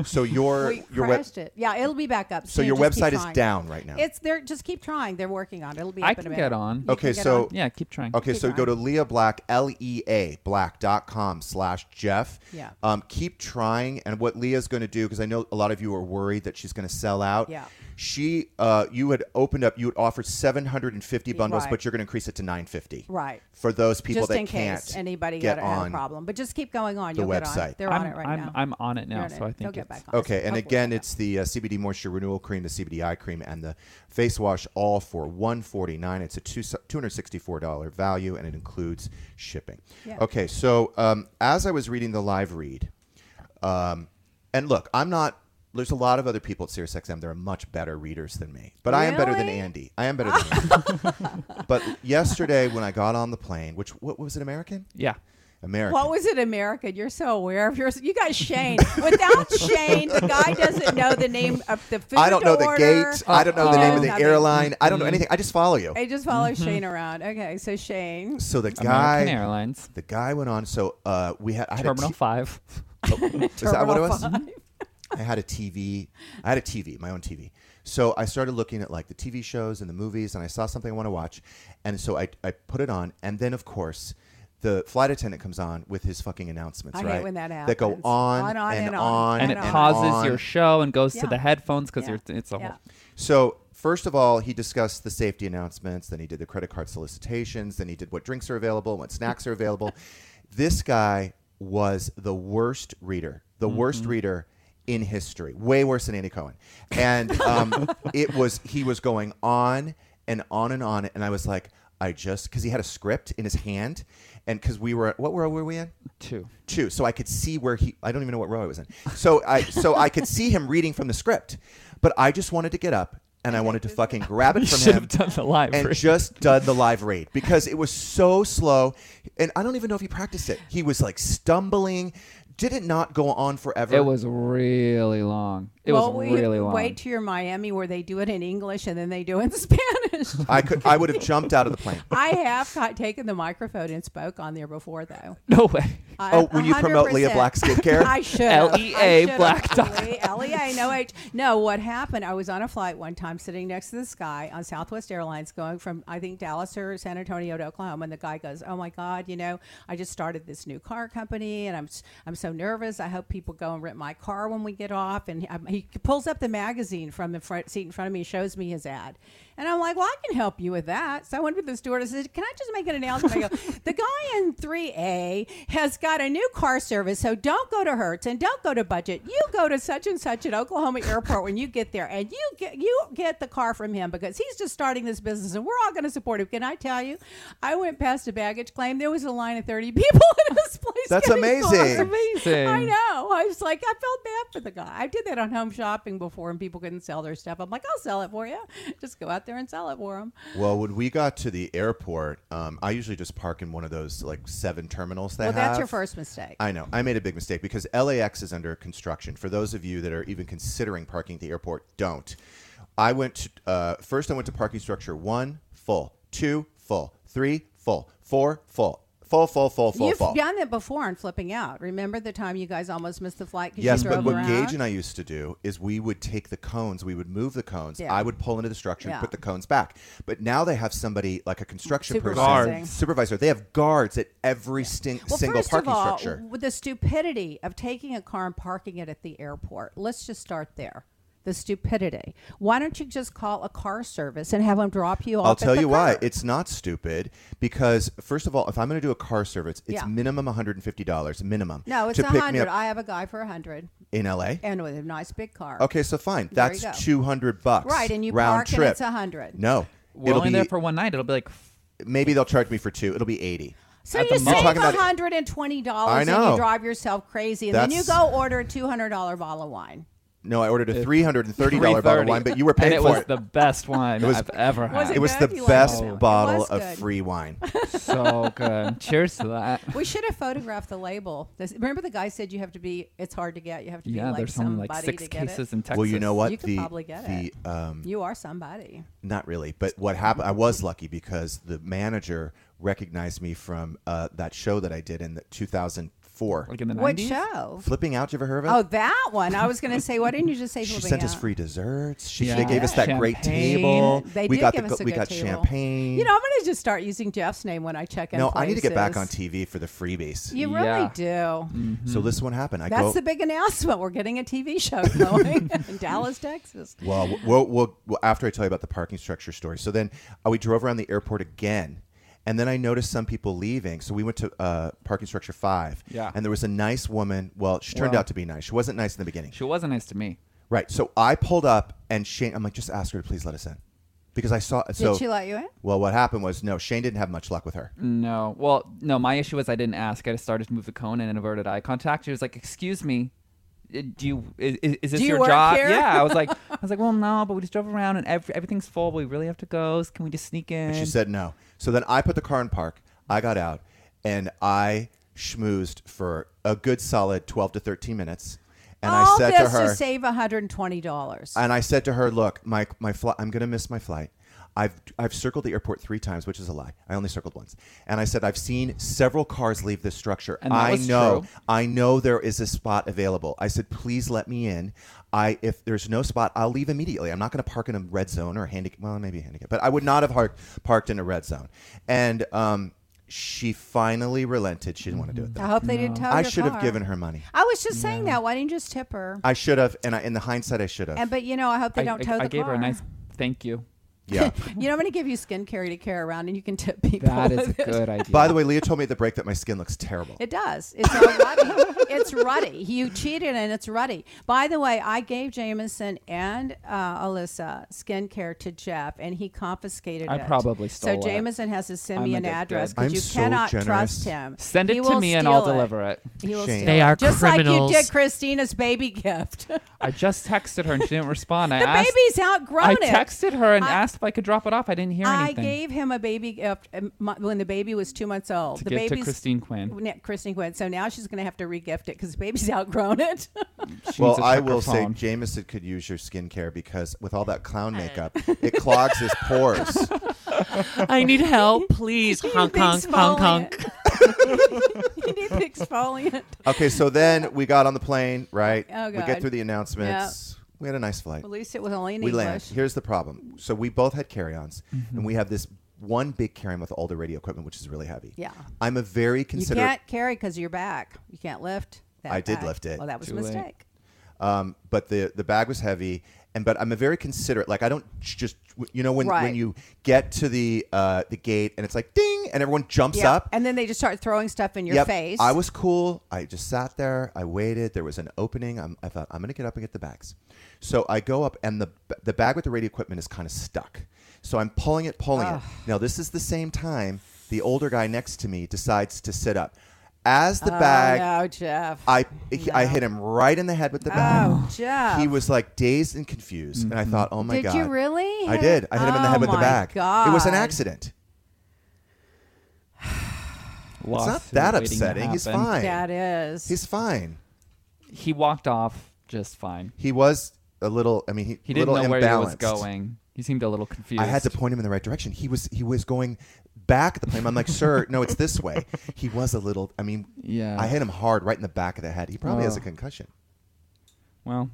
F: so your
H: We
F: your web-
H: crashed it. Yeah, it'll be back up.
F: So
H: soon.
F: your
H: Just keep
F: website is
H: trying.
F: down right now?
H: It's they're just keep trying. They're working on it. It'll be. Up
I: I
H: in a
I: can
H: minute.
I: get on.
H: You
F: Okay,
H: can get
F: so
H: on?
I: Yeah, keep trying.
F: Okay,
I: Keep
F: so go to Leah Black, L E A Black.com slash Jeff.
H: Yeah.
F: Um, keep trying. And what Leah's going to do, because I know a lot of you are worried that she's going to sell out.
H: Yeah.
F: She, uh, you had opened up, you had offered 750 bundles,
H: Right.
F: but you're going to increase it to 950.
H: Right.
F: For those people
H: just
F: that
H: in
F: can't
H: case anybody
F: get
H: got a, had
F: on
H: a problem, but just keep going on.
F: the
H: You'll get on.
F: website.
H: it. They're on
I: I'm-
H: it right
I: I'm-
H: now.
I: I'm on it now,
H: You're on
I: so I think
H: They'll get
I: it's-
H: back on.
F: Okay, and again, it's the uh, CBD moisture renewal cream, the CBD eye cream, and the face wash, all for one forty nine. It's a two two hundred sixty four dollar value, and it includes shipping.
N: Yeah.
F: Okay, so um, as I was reading the live read, um, and look, I'm not. There's a lot of other people at SiriusXM that are much better readers than me, but I am better than
N: Really?
F: Andy. I am better than Andy. but yesterday, when I got on the plane, which what was it, American?
I: Yeah,
F: American.
H: What was it, America? You're so aware of yours. You got Shane. Without Shane, the guy doesn't know the name of the food.
F: I don't know
H: to
F: the
H: order.
F: gate.
I: Oh.
F: I don't know the
H: He
F: name
H: knows
F: of the
H: nothing.
F: airline. I don't know anything. I just follow you.
H: I just follow
I: Mm-hmm.
H: Shane around. Okay, so Shane.
F: So the guy,
I: American Airlines.
F: The guy went on. So uh, we had I had a
I: Terminal
F: t-
I: five.
F: Is that what it was?
I: Terminal
F: I had a TV. I had a TV, my own TV. So I started looking at like the TV shows and the movies, and I saw something I want to watch, and so I I put it on, and then of course. The flight attendant comes on with his fucking announcements,
H: I hate
F: right?
H: when that
F: That go
H: happens.
F: on,
H: On, on,
F: and,
H: and
F: on,
H: on,
I: and it pauses
F: on.
I: your show and goes to
F: Yeah.
I: the headphones because you're it's a whole.
F: So first of all, he discussed the safety announcements. Then he did the credit card solicitations. Then he did what drinks are available, what snacks are available. this guy was the worst reader, the worst reader in history, way worse than Andy Cohen. And um, it was he was going on and on and on, and I was like. I just because he had a script in his hand, and because we were what row were we in?
I: Two,
F: two. So I could see where he. I don't even know what row I was in. So I so I could see him reading from the script, but I just wanted to get up and I wanted to fucking grab it
I: You
F: from
I: should
F: him
I: have done the live
F: and
I: read.
F: just done the live read because it was so slow, and I don't even know if he practiced it. He was like stumbling. Did it not go on forever?
I: It was really long. It
H: well,
I: was
H: we
I: really long.
H: Wait till you're Miami, where they do it in English and then they do it in Spanish.
F: I could. I would have jumped out of the plane.
H: I have ca- taken the microphone and spoke on there before, though.
I: No way.
H: I-
F: Oh, when you promote Leah
H: 100%.
F: Black skincare?
H: I should.
I: LEA E Black dot-
H: L E A no H. No, what happened? I was on a flight one time, sitting next to this guy on Southwest Airlines, going from I think Dallas or San Antonio to Oklahoma, and the guy goes, "Oh my God, you know, I just started this new car company, and I'm s- I'm so nervous. I hope people go and rent my car when we get off." And he, I- he pulls up the magazine from the front seat in front of me, shows me his ad, and I'm like, "Well, I can help you with that." So I went to the steward and said, "Can I just make an announcement?" I go, "The guy in 3A has got a new car service, so don't go to Hertz and don't go to Budget. You go to such and such at Oklahoma Airport when you get there, and you get you get the car from him because he's just starting this business, and we're all going to support him." Can I tell you? I went past a baggage claim. There was a line of 30 people in this place.
O: That's
H: getting
O: amazing.
H: cars.
O: Amazing.
H: I know. I was like, I felt bad for the guy. I did that on home shopping before, and people couldn't sell their stuff. I'm like, I'll sell it for you. Just go out there and sell it for them.
F: Well, when we got to the airport, um, I usually just park in one of those like seven terminals. They
H: well, that's your
F: have.
H: first mistake.
F: I know. I made a big mistake because LAX is under construction. For those of you that are even considering parking at the airport, don't. I went to, uh, first. I went to parking structure one full, two full, three full, four full, full, full, full, full,
H: You've
F: full.
H: done that before on flipping out. Remember the time you guys almost missed the flight because
F: Yes,
H: you
F: but
H: drove
F: what
H: around?
F: Gage and I used to do is we would take the cones, we would move the cones.
H: Yeah.
F: I would pull into the structure
H: Yeah.
F: and put the cones back. But now they have somebody like a construction
H: Supervising.
F: person,
H: Guards.
F: supervisor. They have guards at every sting-
H: well,
F: single
H: first
F: parking
H: of all,
F: structure.
H: with the stupidity of taking a car and parking it at the airport. Let's just start there. The stupidity. Why don't you just call a car service and have them drop you off?
F: I'll
H: at
F: tell
H: the
F: you why.
H: curb?
F: It's not stupid because first of all, if I'm going to do a car service, it's
H: Yeah.
F: minimum $150 minimum.
H: No, it's
F: to
H: a
F: pick me
H: hundred.
F: up
H: I have a guy for a hundred,
F: in LA.
H: and with a nice big car.
F: Okay, so fine.
H: There
F: That's
H: you go.
F: 200 bucks.
H: Right, and you
F: round
H: park and
F: trip.
H: it's 100.
F: No.
I: We're only there for one night. It'll be like
F: maybe they'll charge me for two. It'll be 80.
H: So you
F: You're
H: save
F: talking about-
H: hundred and twenty
F: I
H: dollars, and you
F: know.
H: drive yourself crazy, and then you
F: That's-
H: go order a two hundred dollar bottle of wine.
F: No, I ordered a three hundred and thirty dollar bottle of wine, but you were paying
I: and it
F: for
I: was
F: it.
I: the best wine
F: It was-
I: I've ever had.
F: Was it It was good? the You liked best it. It bottle was of good. free wine.
I: so good. Cheers to that.
H: We should have photographed the label. This- remember, the guy said you have to be. It's hard to get. You have to be
I: Yeah,
H: like
I: there's only,
H: somebody
I: like, six
H: to get
I: cases
H: it.
I: in Texas.
F: Well, you know what?
H: You could
F: the
H: probably get
F: the
H: it.
F: um,
H: you are somebody.
F: not really, but what happened? I was lucky because the manager recognized me from uh, that show that I did in the 2004. Like in the
H: What 90s? show?
F: Flipping out. You ever heard of it?
H: Oh, that one. I was going to say, why didn't you just say?
F: She
H: flipping
F: sent us
H: out?
F: free desserts. She
I: Yeah.
F: they gave us that great
I: Champagne.
F: table.
H: They
F: we
H: did
F: got
H: give
F: the
H: us a
F: we
H: good
F: got
H: table.
F: champagne.
H: You know, I'm going to just start using Jeff's name when I check in.
F: no, I need to get back on
H: places.
F: TV for the freebies.
H: You really do.
I: Mm. Mm-hmm.
F: So this one happened. I
H: That's
F: go,
H: the big announcement. We're getting a TV show going in Dallas, Texas.
F: Well, w- well, well, well, after I tell you about the parking structure story. So then uh, we drove around the airport again. And then I noticed some people leaving. So we went to uh, parking structure five.
I: Yeah.
F: And there was a nice woman. Well, she turned
I: Well-
F: out to be nice. She wasn't nice in the beginning.
I: She wasn't nice to me.
F: Right. So I pulled up and Shane, I'm like, just ask her to please let us in. Because I saw. So,
H: she let you in?
F: Well, what happened was, no, Shane didn't have much luck with
I: Mm.
F: her.
I: No. Well, no, my issue was I didn't ask. I just started to move the cone and averted eye contact. She was like, "Excuse me. uh, Do you is, is is this
E: Do you
I: your
E: work
I: job?"
E: here?
I: Yeah, I was like I was like, "Well, no, but we just drove around and every, everything's full. But we really have to go. So Can we just sneak in?"
F: And she said no. So then I put the car in park. I got out and I schmoozed for a good solid 12 to 13 minutes. And
H: All
F: I said
H: this
F: to her,
H: save $120.
F: And I said to her, "Look, my my flight. I'm gonna miss my flight. I've I've circled the airport three times, which is a lie. I only circled once. And I said I've seen several cars leave this structure.
I: And that
F: I
I: was
F: know
I: true.
F: I know there is a spot available. I said please let me in. I if there's no spot, I'll leave immediately. I'm not gonna park in a red zone or a handicap. Well, maybe a handicap, but I would not have har- parked in a red zone. And um, she finally relented. She didn't want to do it. Though.
H: I hope they didn't tow
F: I
H: Mm-hmm. your
F: should have
H: car.
F: given her money.
H: I was just saying that. Why didn't you just tip her?
F: I should have, and I, in the hindsight, I should have.
H: And but you know, I hope they
I: I,
H: don't
I: I-
H: tow
I: I
H: the
I: gave
H: car.
I: her a nice thank you.
F: yeah.
H: You know, I'm going to give you skin carry to carry around, and you can tip people. with it.
F: By the way, Leah told me at the break that my skin looks terrible.
H: It does. It's all ruddy. it's ruddy. You cheated and it's ruddy. By the way, I gave Jameson and uh, Alyssa skincare to Jeff, and he confiscated
I: I
H: it.
I: probably stole it.
H: So Jameson has to send me
I: I'm
H: an
I: addicted.
H: address
I: I'm
H: because you
I: so
H: cannot
I: generous.
H: trust him.
I: Send it
H: He
I: to
H: will
I: me and I'll
H: steal
I: deliver it.
H: He will
I: Shame.
H: steal
I: They are
H: it. just like
I: criminals.
H: you did Christina's baby gift.
I: I just texted her and she didn't respond. I
H: the
I: asked,
H: baby's outgrown
I: I
H: it.
I: texted her and
H: I-
I: asked if I could drop it off. I didn't hear
H: I
I: anything.
H: gave him a baby gift um, mo- when the baby was two months old.
I: To
H: the
I: give to
H: baby's-
I: Christine Quinn.
H: Yeah, Christine Quinn. So now she's going to have to regift it because the baby's outgrown it.
F: well, I will say
I: phone.
F: Jameson could use your skincare because with all that clown makeup, it clogs his pores.
P: I need help, please. Honk, honk, honk, honk.
H: you need an exfoliant.
F: Okay, so then we got on the plane, right?
H: Oh,
F: We
H: God.
F: get through the announcements. We had a nice flight.
H: At least it was only in
F: we
H: English. Mm-hmm.
F: land. Here's the problem. So we both had carry-ons, and we have this one big carry-on with all the radio equipment, which is really heavy.
H: Yeah.
F: I'm a very
H: You
F: considerate.
H: can't carry because of your back. You can't lift. That
F: I did
H: back.
F: lift it.
H: Well, that was
F: Too
H: a
F: late.
H: mistake.
F: Um, but the the bag was heavy, and but I'm a very considerate. Like I don't j- just you know when
H: Right.
F: when you get to the uh, the gate and it's like ding, and everyone jumps
H: Yeah.
F: up.
H: And then they just start throwing stuff in your
F: Yep.
H: face.
F: I was cool. I just sat there. I waited. There was an opening. I'm, I thought I'm going to get up and get the bags. So I go up, and the the bag with the radio equipment is kind of stuck. So I'm pulling it, pulling
H: Ugh.
F: it. Now this is the same time the older guy next to me decides to sit up. As the
H: Oh,
F: bag,
H: no, Jeff.
F: I he- I hit him right in the head with the bag.
H: Oh. Jeff.
F: He was like dazed and confused,
I: Mm-hmm.
F: and I thought, oh my
H: Did
F: god.
H: you really?
F: I did. I hit him in the
H: Oh
F: head with the
H: my
F: bag. It was an
H: God.
F: accident. it's not that upsetting. He's fine.
H: That is.
F: He's fine.
I: He walked off just fine.
F: He was a little. I mean, he,
I: He didn't
F: little
I: know where he was
F: imbalanced.
I: going. He seemed a little confused.
F: I had to point him in the right direction. He was he was going back the plane. I'm like, sir, no, it's this way. He was a little. I mean,
I: Yeah.
F: I hit him hard right in the back of the head. He probably has a
I: Oh.
F: concussion.
I: Well.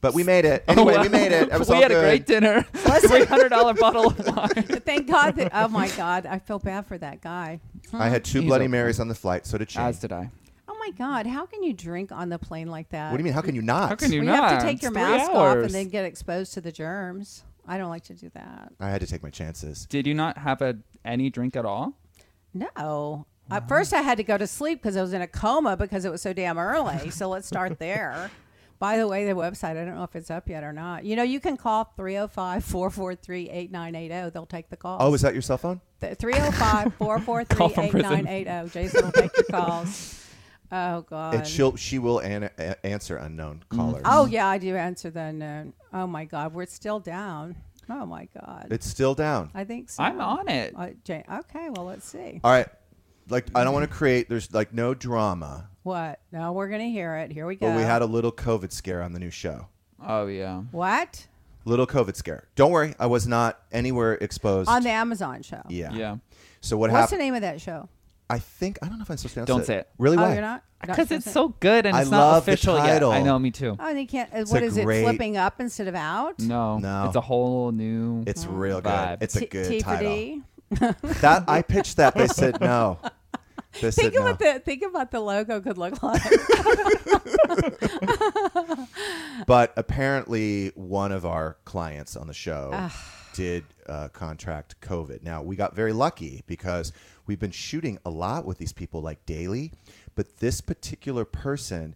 F: But we made it. Anyway, Oh, we made it. It was
I: we
F: all
I: had
F: good.
I: a great dinner. Three hundred dollar bottle of wine.
H: Thank God that. Oh my God, I feel bad for that guy.
F: I had two
I: He's
F: Bloody
I: okay.
F: Marys on the flight. So did she. As
I: did I.
H: Oh my God, how can you drink on the plane like that?
F: What do you mean? How can you not? How can you
H: Well, have
F: not?
H: to take your
F: It's three
H: mask off and
F: hours.
H: then get exposed to the germs. I don't like to do that.
F: I had to take my chances.
I: Did you not have a any drink at all?
H: No. At first, I had to go to sleep because I was in a coma because it was so damn early. so let's start there. By the way, the website, I don't know if it's up yet or not. You know, you can call 305 443 8980. They'll take the call.
F: Oh, is that your cell phone?
H: 305
F: Call from prison.
H: 443 oh. Jason will take your calls. Oh, God.
F: And she'll she will an- a- answer unknown callers.
H: Oh, yeah, I do answer the unknown. Oh, my God. We're still down. Oh, my God.
F: It's still down.
H: I think so.
I: I'm on it.
H: Uh, Jane, okay, well, let's see.
F: All right. Like I don't want
H: Mm-hmm.
F: to create. There's like no drama.
H: What? No, we're going to hear it. Here we go.
F: But we had a little COVID scare on the new show.
I: Oh yeah.
H: what?
F: Little COVID scare. Don't worry, I was not anywhere exposed.
H: On the Amazon show.
F: yeah. Yeah. So what
H: What's
F: happened?
H: the name of that show?
F: I think I don't know if I'm supposed to announce
I: Don't say it.
F: Really?
H: Oh,
F: Why?
H: you're not? You're
I: Because
H: not supposed
I: it's
H: to-
I: so good and
F: I
I: it's not
F: love the
I: official yet.
F: title.
I: I know, me too.
H: Oh, and you can't.
F: It's
H: what
F: a
H: is
F: great-
H: it? Flipping up instead of out?
I: No,
F: No.
I: it's a whole new.
F: It's real good.
I: vibe.
F: It's a
H: Mm. T-
F: good
H: T for
F: title.
H: D?
F: That I pitched that. They said no. They said
H: Think
F: no.
H: about the think about the logo could look like.
F: But apparently, one of our clients on the show
H: Ugh.
F: did uh, contract COVID. Now, we got very lucky because we've been shooting a lot with these people like daily, but this particular person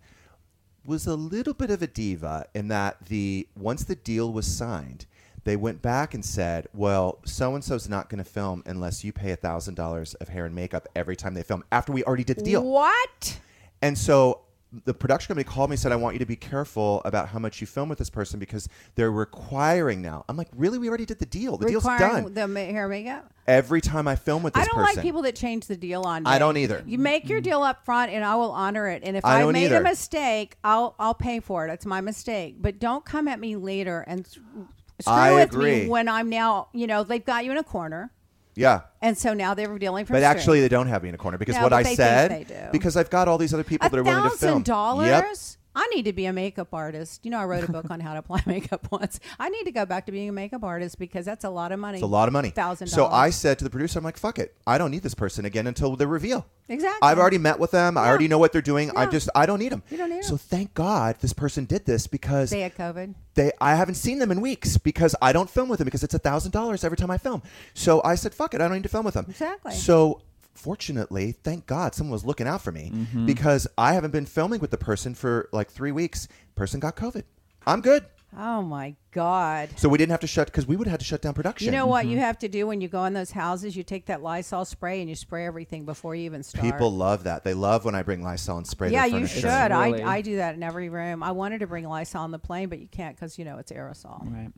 F: was a little bit of a diva in that the once the deal was signed, they went back and said, "Well, so and so's not going to film unless you pay thousand dollars of hair and makeup every time they film." After we already did the deal,
H: What?
F: and so the production company called me and said, I want you to be careful about how much you film with this person because they're requiring now. I'm like, really? We already did the deal. The deal's
H: Requiring
F: done.
H: the ma- hair makeup.
F: Every time I film with this
H: I don't
F: person.
H: like people that change the deal on me.
F: I don't either.
H: You make your deal up front, and I will honor it. And if
F: I
H: I,
F: don't
H: made
F: either.
H: a mistake, I'll I'll pay for it. It's my mistake. But don't come at me later and s- screw
F: I
H: with
F: agree.
H: me when I'm now. You know they've got you in a corner,
F: yeah.
H: and so now they're dealing from.
F: But
H: string.
F: actually, they don't have me in a corner because
H: No,
F: what
H: but
F: I
H: they think
F: said,
H: they do.
F: because I've got all these other people that are willing to film.
H: thousand dollars.
F: Yep.
H: I need to be a makeup artist. You know, I wrote a book on how to apply makeup once. I need to go back to being a makeup artist because that's a lot of money.
F: It's a lot of money.
H: Thousand.
F: So I said to the producer, I'm like, fuck it. I don't need this person again until the reveal.
H: Exactly.
F: I've already met with them. I already know what they're doing. I just, I don't need them.
H: You don't need 'em.
F: So thank God this person did this because
H: They had COVID.
F: they I haven't seen them in weeks because I don't film with them because it's a thousand dollars every time I film. So I said, fuck it, I don't need to film with them.
H: Exactly.
F: So fortunately, thank God someone was looking out for me because I haven't been filming with the person for like three weeks. Person got COVID. I'm good.
H: Oh my god.
F: So we didn't have to shut because we would have had to shut down production.
H: You know what you have to do when you go in those houses? You take that Lysol spray and you spray everything before you even start.
F: People love that. They love when I bring Lysol and spray.
H: yeah,
F: their
H: you
F: furniture.
H: should. I, I do that in every room. I wanted to bring Lysol on the plane, but you can't because you know it's aerosol.
I: Right.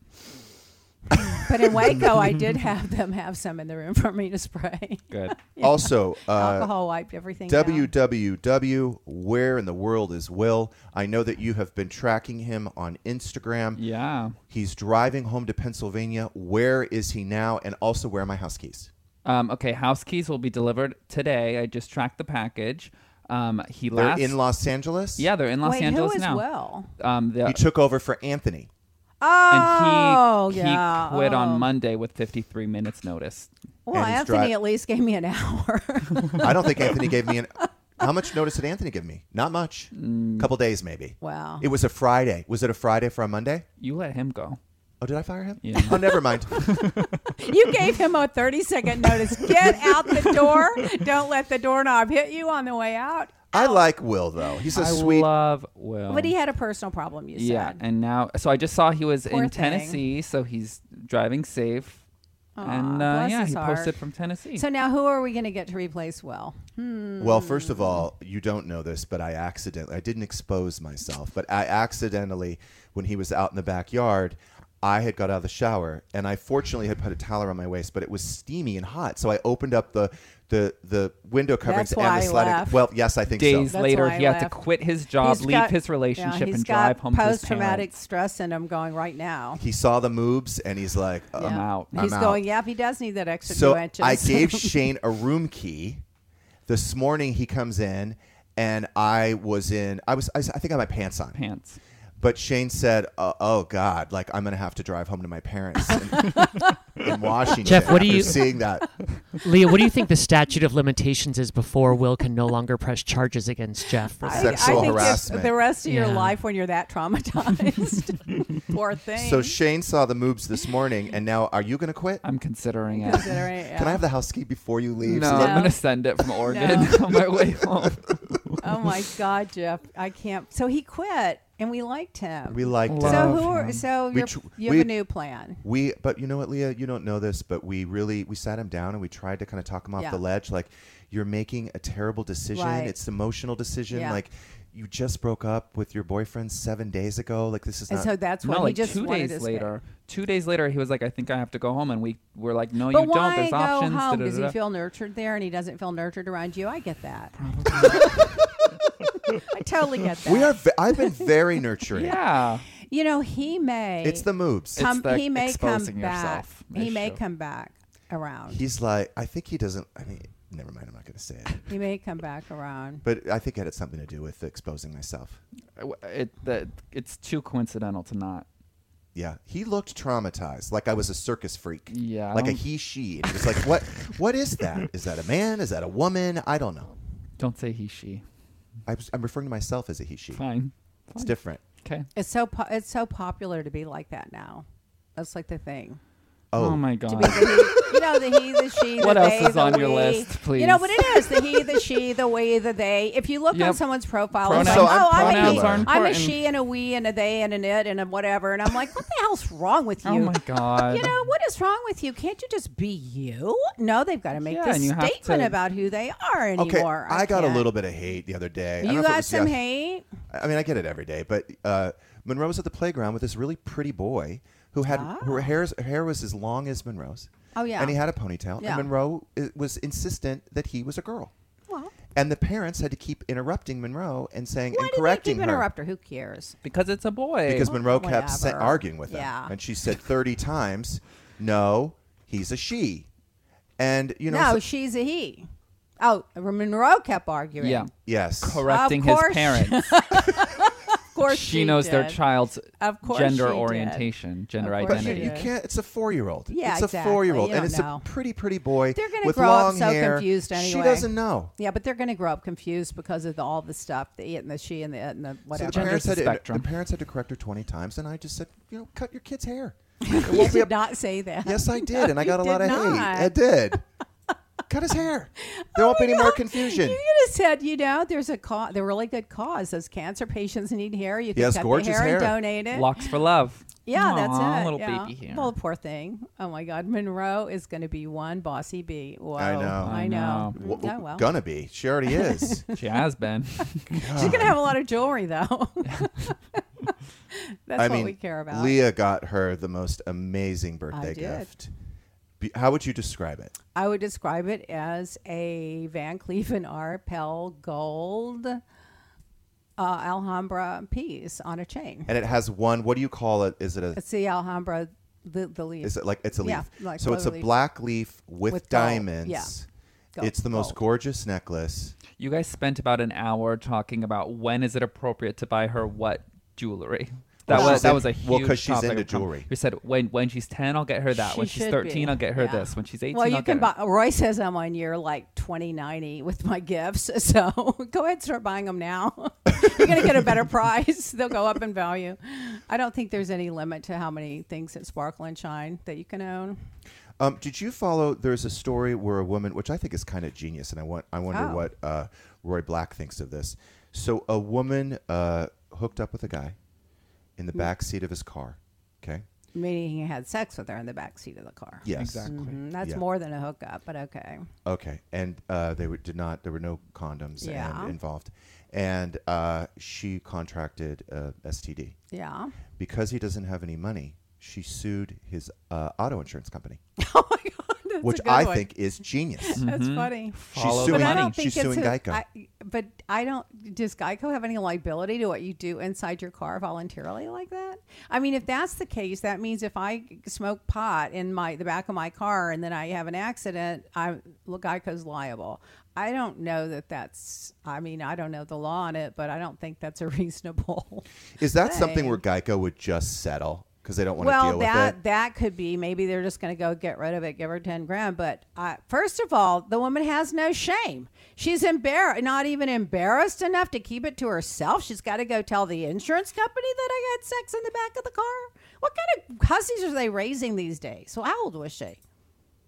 H: But in Waco, I did have them have some in the room for me to spray.
I: Good.
H: Yeah.
F: Also, uh,
H: alcohol wiped everything. down.
F: www. Where in the world is Will? I know that you have been tracking him on Instagram.
I: Yeah.
F: He's driving home to Pennsylvania. Where is he now? And also, where are my house keys?
I: Um, okay, house keys will be delivered today. I just tracked the package. Um, he
F: They're
I: last
F: in Los Angeles.
I: Yeah, they're in Los
H: Wait, who
I: Angeles
H: is
I: now.
H: Will?
I: Um, the,
F: He took over for Anthony.
H: Oh,
I: and he,
H: yeah.
I: he quit
H: Oh.
I: on Monday with 53 minutes notice.
H: Well,
F: and he's
H: Anthony
F: dri-
H: at least gave me an hour.
F: I don't think Anthony gave me an. How much notice did Anthony give me? Not much.
I: Mm.
F: Couple days maybe.
H: Wow.
F: It was a Friday. Was it a Friday for a Monday?
I: You let him go.
F: Oh, did I fire him? Oh, never mind.
H: You gave him a 30 second notice. Get out the door. Don't let the doorknob hit you on the way out.
F: I like Will though. He's a
I: I
F: sweet.
I: love Will.
H: But he had a personal problem, you said.
I: yeah, and now so I just saw he was
H: Poor
I: in
H: thing.
I: Tennessee, so he's driving safe. and
H: Aw,
I: uh,
H: bless
I: yeah,
H: his
I: he
H: heart.
I: posted from Tennessee.
H: So now who are we going to get to replace Will? Hmm.
F: Well, first of all, you don't know this, but I accidentally, I didn't expose myself, but I accidentally, when he was out in the backyard, I had got out of the shower and I fortunately had put a towel around my waist, but it was steamy and hot. So I opened up the, the, the window coverings
H: That's
F: and
H: why
F: the
H: he
F: sliding.
H: left.
F: Well, yes, I think so.
I: Days That's later, why he he had to left. quit his job, leave his relationship, and drive home to his
H: Post traumatic stress syndrome going right now.
F: He saw the moobs and he's like,
H: Yeah.
F: I'm out.
H: He's
F: I'm out.
H: going, yep, he does need that extra
F: so
H: two inches.
F: I gave Shane a room key. This morning he comes in, and I was in. I was. I, was- I think I had my pants on.
I: Pants.
F: But Shane said, uh, "Oh God, like I'm gonna have to drive home to my parents in, in Washington."
P: Jeff, what do
F: after
P: you
F: seeing that?
P: Leah, what do you think the statute of limitations is before Will can no longer press charges against Jeff? For
H: I- I think just The rest of your life when you're that traumatized. Poor thing.
F: So Shane saw the moobs this morning, and now are you gonna quit?
I: I'm considering it.
H: Considering it,
F: Can
H: Oh, yeah.
F: I have the house key before you leave?
I: No,
F: So
I: I'm
F: that-
I: gonna send it from Oregon on my way home.
H: oh my God, Jeff, I can't. So he quit, and we liked him.
F: We liked
H: So
F: him.
H: who? Are, so
F: We
H: you're,
F: tr-
H: you have
F: we-
H: a new plan.
F: We, but you know what, Leah, you don't know this, but we really we sat him down and we tried to kind of talk him off
H: Yeah.
F: the ledge. Like, you're making a terrible decision.
H: Right.
F: It's an emotional decision.
H: Yeah.
F: Like, you just broke up with your boyfriend seven days ago. Like, this is
H: And
F: not.
H: so that's
I: Uh, no,
H: what
I: like
H: he just
I: two
H: wanted
I: days
H: to escape.
I: later. Two days later, he was like, "I think I have to go home," and we were like, "No,
H: but
I: you
H: why
I: don't. There's
H: go
I: options."
H: home? Does he
I: da-da-da-da."
H: feel nurtured there, and he doesn't feel nurtured around you? I get that. I totally get that.
F: we are. Ve- I've been very nurturing.
I: yeah.
H: You know, he may.
F: It's the moobs. It's
H: Come,
F: the
H: he may come
F: exposing
H: back.
F: yourself
H: He may
F: issue.
H: come back around.
F: He's like, I think he doesn't. I mean, never mind. I'm not going to say it.
H: He may come back around.
F: But I think it had something to do with exposing myself.
I: It, that it's too coincidental to not.
F: Yeah, he looked traumatized, like I was a circus freak.
I: Yeah, I
F: like a
I: don't-
F: he/she. It was like, what? What is that? Is that a man? Is that a woman? I don't know.
I: Don't say he/she.
F: I was, I'm referring to myself as a he/she.
I: Fine.
F: It's
I: Fine.
F: different.
I: Okay.
H: It's so po- it's so popular to be like that now. That's like the thing.
I: Oh, my
H: To
I: god.
H: be the he, you know, the he, the she, the
I: What else
H: they,
I: is
H: the
I: on your
H: we.
I: list,
H: You know
I: please?
H: what it is: the he, the she, the we, the they. If you look on
I: Yep.
H: someone's profile,
I: Pronouns-
H: it's
I: So
H: like,
I: I'm-
H: oh, I'm
I: pronouns
H: a
I: are
H: he, I'm a
I: important.
H: she, and a we, and a they, and an it, and a whatever. And I'm like, what the hell's wrong with you?
I: oh my god.
H: You know what is wrong with you? Can't you just be you? No, they've got to make
I: Yeah,
H: this
I: and you have
H: statement
I: to-
H: about who they are
F: Okay,
H: anymore.
F: I, got a
H: can't.
F: little bit of hate the other day. I don't know
H: You
F: if it
H: got
F: was
H: some
F: yes-
H: hate.
F: I mean, I get it every day, but uh, Monroe was at the playground with this really pretty boy who had her hair's hair was as long as Monroe's.
H: Ah. Oh, yeah.
F: and he had a ponytail.
H: Yeah.
F: And Monroe uh, was insistent that he was a girl.
H: Well,
F: And the parents had to keep interrupting Monroe and saying
H: why
F: and
H: did they
F: correcting
H: keep
F: her.
H: interrupt her? Who cares?
I: Because it's a boy.
F: because Monroe kept sa-
H: whatever.
F: arguing with him,
H: Yeah.
F: and she said thirty times, "No, he's a she," and you know,
H: no,
F: so-
H: she's a he. Oh, Monroe kept arguing.
I: Yeah.
F: yes,
I: Correcting
H: Of
I: his
H: course.
I: parents.
H: Of course,
I: she knows their
H: did.
I: child's
H: Of course
I: gender
H: she did.
I: orientation, gender
H: course
F: But you,
I: identity.
F: you can't. It's a four-year-old.
H: Yeah,
F: it's
H: exactly.
F: a four-year-old,
H: You
F: and
H: don't
F: it's
H: know.
F: a pretty, pretty boy
H: They're going to
F: with
H: grow
F: long
H: up so
F: hair.
H: confused
F: She
H: anyway.
F: doesn't know.
H: Yeah, but they're going to grow up confused because of the, all the stuff, the it and the she and the it and the
F: So
H: whatever.
F: the parents, had to, the
I: spectrum.
F: parents had to correct her 20 times, and I just said, you know, cut your kid's hair.
H: you did not say that.
F: Yes, I did,
H: No,
F: and I got a
H: you
F: lot
H: did
F: of
H: not. Oh,
F: hate. I did. cut his hair. There won't be any more confusion.
H: You could have said, you know, there's a cause, the really good cause. Those cancer patients need hair. You can
F: Yes,
H: cut
F: gorgeous
H: the hair,
F: hair.
H: and donate it.
I: Locks for love.
H: yeah,
I: Aw,
H: that's it.
I: Little
H: yeah.
I: baby here.
H: Well, poor thing. Oh my God, Monroe is going to be one bossy bee. Whoa,
F: I know.
H: I know.
F: W-
H: oh, well.
F: Gonna be. She already is.
I: she has been.
H: She's gonna have a lot of jewelry though. That's
F: I
H: what
F: mean,
H: we care about.
F: Leah got her the most amazing birthday
H: did.
F: gift. Be- how would you describe it?
H: I would describe it as a Van Cleef and Arpels gold uh, Alhambra piece on a chain.
F: And it has one. What do you call it? Is it a?
H: It's the Alhambra, the, the leaf.
F: Is it like it's a leaf?
H: Yeah, like
F: so it's a
H: leaf.
F: black leaf with,
H: With gold,
F: diamonds.
H: yeah. Gold-
F: It's the most
H: gold.
F: gorgeous necklace.
I: You guys spent about an hour talking about when is it appropriate to buy her what jewelry. That
F: Well,
I: was
F: she's
I: that
F: in-
I: was a
F: well,
I: huge
F: 'cause she's
I: topic
F: into
I: of com-
F: jewelry.
I: We said when when she's ten, I'll get her that.
H: She
I: when she's
H: should
I: thirteen,
H: be.
I: I'll get her
H: Yeah.
I: this. When she's eighteen,
H: Well, you
I: I'll
H: can
I: get her.
H: buy. Roy says I'm on year like 2090 with my gifts, so go ahead and start buying them now. You're gonna get a better price. They'll go up in value. I don't think there's any limit to how many things that sparkle and shine that you can own.
F: Um, did you follow? There's a story where a woman, which I think is kind of genius, and I want I wonder
H: Oh.
F: what uh, Roy Black thinks of this. So a woman uh, hooked up with a guy in the
H: Mm.
F: back seat of his car. Okay.
H: Meaning he had sex with her in the back seat of the car.
F: Yes. Exactly.
H: Mhm, That's
F: Yeah.
H: more than a hookup, but okay.
F: Okay, and uh, they were, did not. There were no condoms and
H: Yeah.
F: involved, and uh, she contracted uh, STD.
H: Yeah.
F: Because he doesn't have any money, she sued his uh, auto insurance company. Oh my god!
H: that's
F: which
H: a good
F: I
H: one.
F: think is genius.
H: That's funny.
F: She's suing.
H: But I don't think
F: She's
H: it's
F: suing
H: who-
F: Geico.
H: I- but I don't. Does Geico have any liability to what you do inside your car voluntarily like that? I mean, if that's the case, that means if I smoke pot in my the back of my car and then I have an accident, I look Geico's liable. I don't know that that's. I mean, I don't know the law on it, but I don't think that's a reasonable.
F: Is that something
H: thing.
F: where Geico would just settle because they don't want to
H: well,
F: deal
H: that
F: with it?
H: that could be. Maybe they're just going to go get rid of it, give her ten grand. But uh, first of all, the woman has no shame. She's embarrassed, not even embarrassed enough to keep it to herself. She's got to go tell the insurance company that I had sex in the back of the car. What kind of hussies are they raising these days? So how old was she?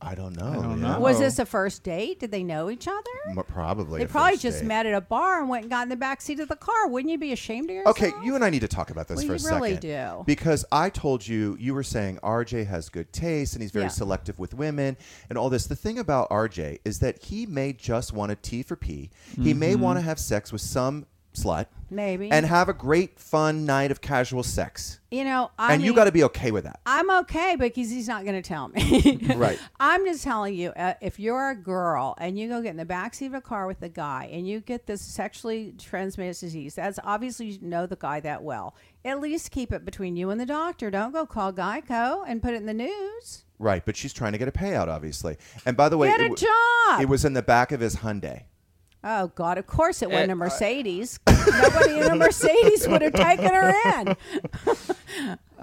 F: I don't know. yeah.
H: Was this a first date? Did they know each other?
F: M- probably?
H: they
F: Oh. a
H: probably
F: first
H: just
F: date.
H: met at a bar and went and got in the back seat of the car. Wouldn't you be ashamed of yourself?
F: Okay, you and I need to talk about this
H: Well,
F: for a
H: you really
F: second.
H: do.
F: Because I told you, you were saying RJ has good taste and he's very
H: Yeah.
F: selective with women and all this. The thing about RJ is that he may just want to T for P. He may
H: Mhm.
F: want to have sex with some slut
H: Maybe.
F: and have a great, fun night of casual sex.
H: You know, I
F: and you
H: mean-
F: got to be okay with that.
H: I'm okay because he's not going to tell me.
F: Right.
H: I'm just telling you, uh, if you're a girl and you go get in the backseat of a car with a guy and you get this sexually transmitted disease, that's obviously you know the guy that well. At least keep it between you and the doctor. Don't go call Geico and put it in the news.
F: Right, but she's trying to get a payout, obviously. And by the way,
H: Get
F: it
H: a
F: w-
H: job!
F: It was in the back of his Hyundai.
H: Oh God! Of course, it
F: Eh,
H: wasn't a Mercedes. Nobody in a Mercedes would have taken her in.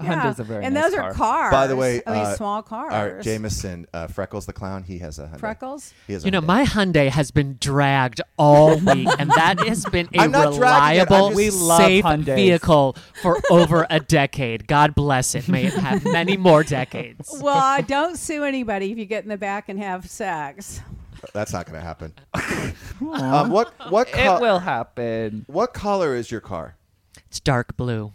F: Hyundai's a very
H: and
F: nice
H: those are cars.
F: By the way,
H: I mean
F: uh,
H: small
F: our
H: cars.
F: Jameson uh, Freckles the clown, he has a Hyundai.
H: Freckles?
F: He has a
P: You know,
F: Hyundai.
P: my Hyundai has been dragged all week, and that has been a
F: I'm not dragging it,
P: reliable,
F: I'm just- We love
P: safe
F: Hyundais.
P: vehicle for over a decade. God bless it. May it have many more decades.
H: Well, I don't sue anybody if you get in the back and have sex.
F: That's not going to happen. um, what what
I: it will happen.
F: What color is your car?
P: It's dark blue.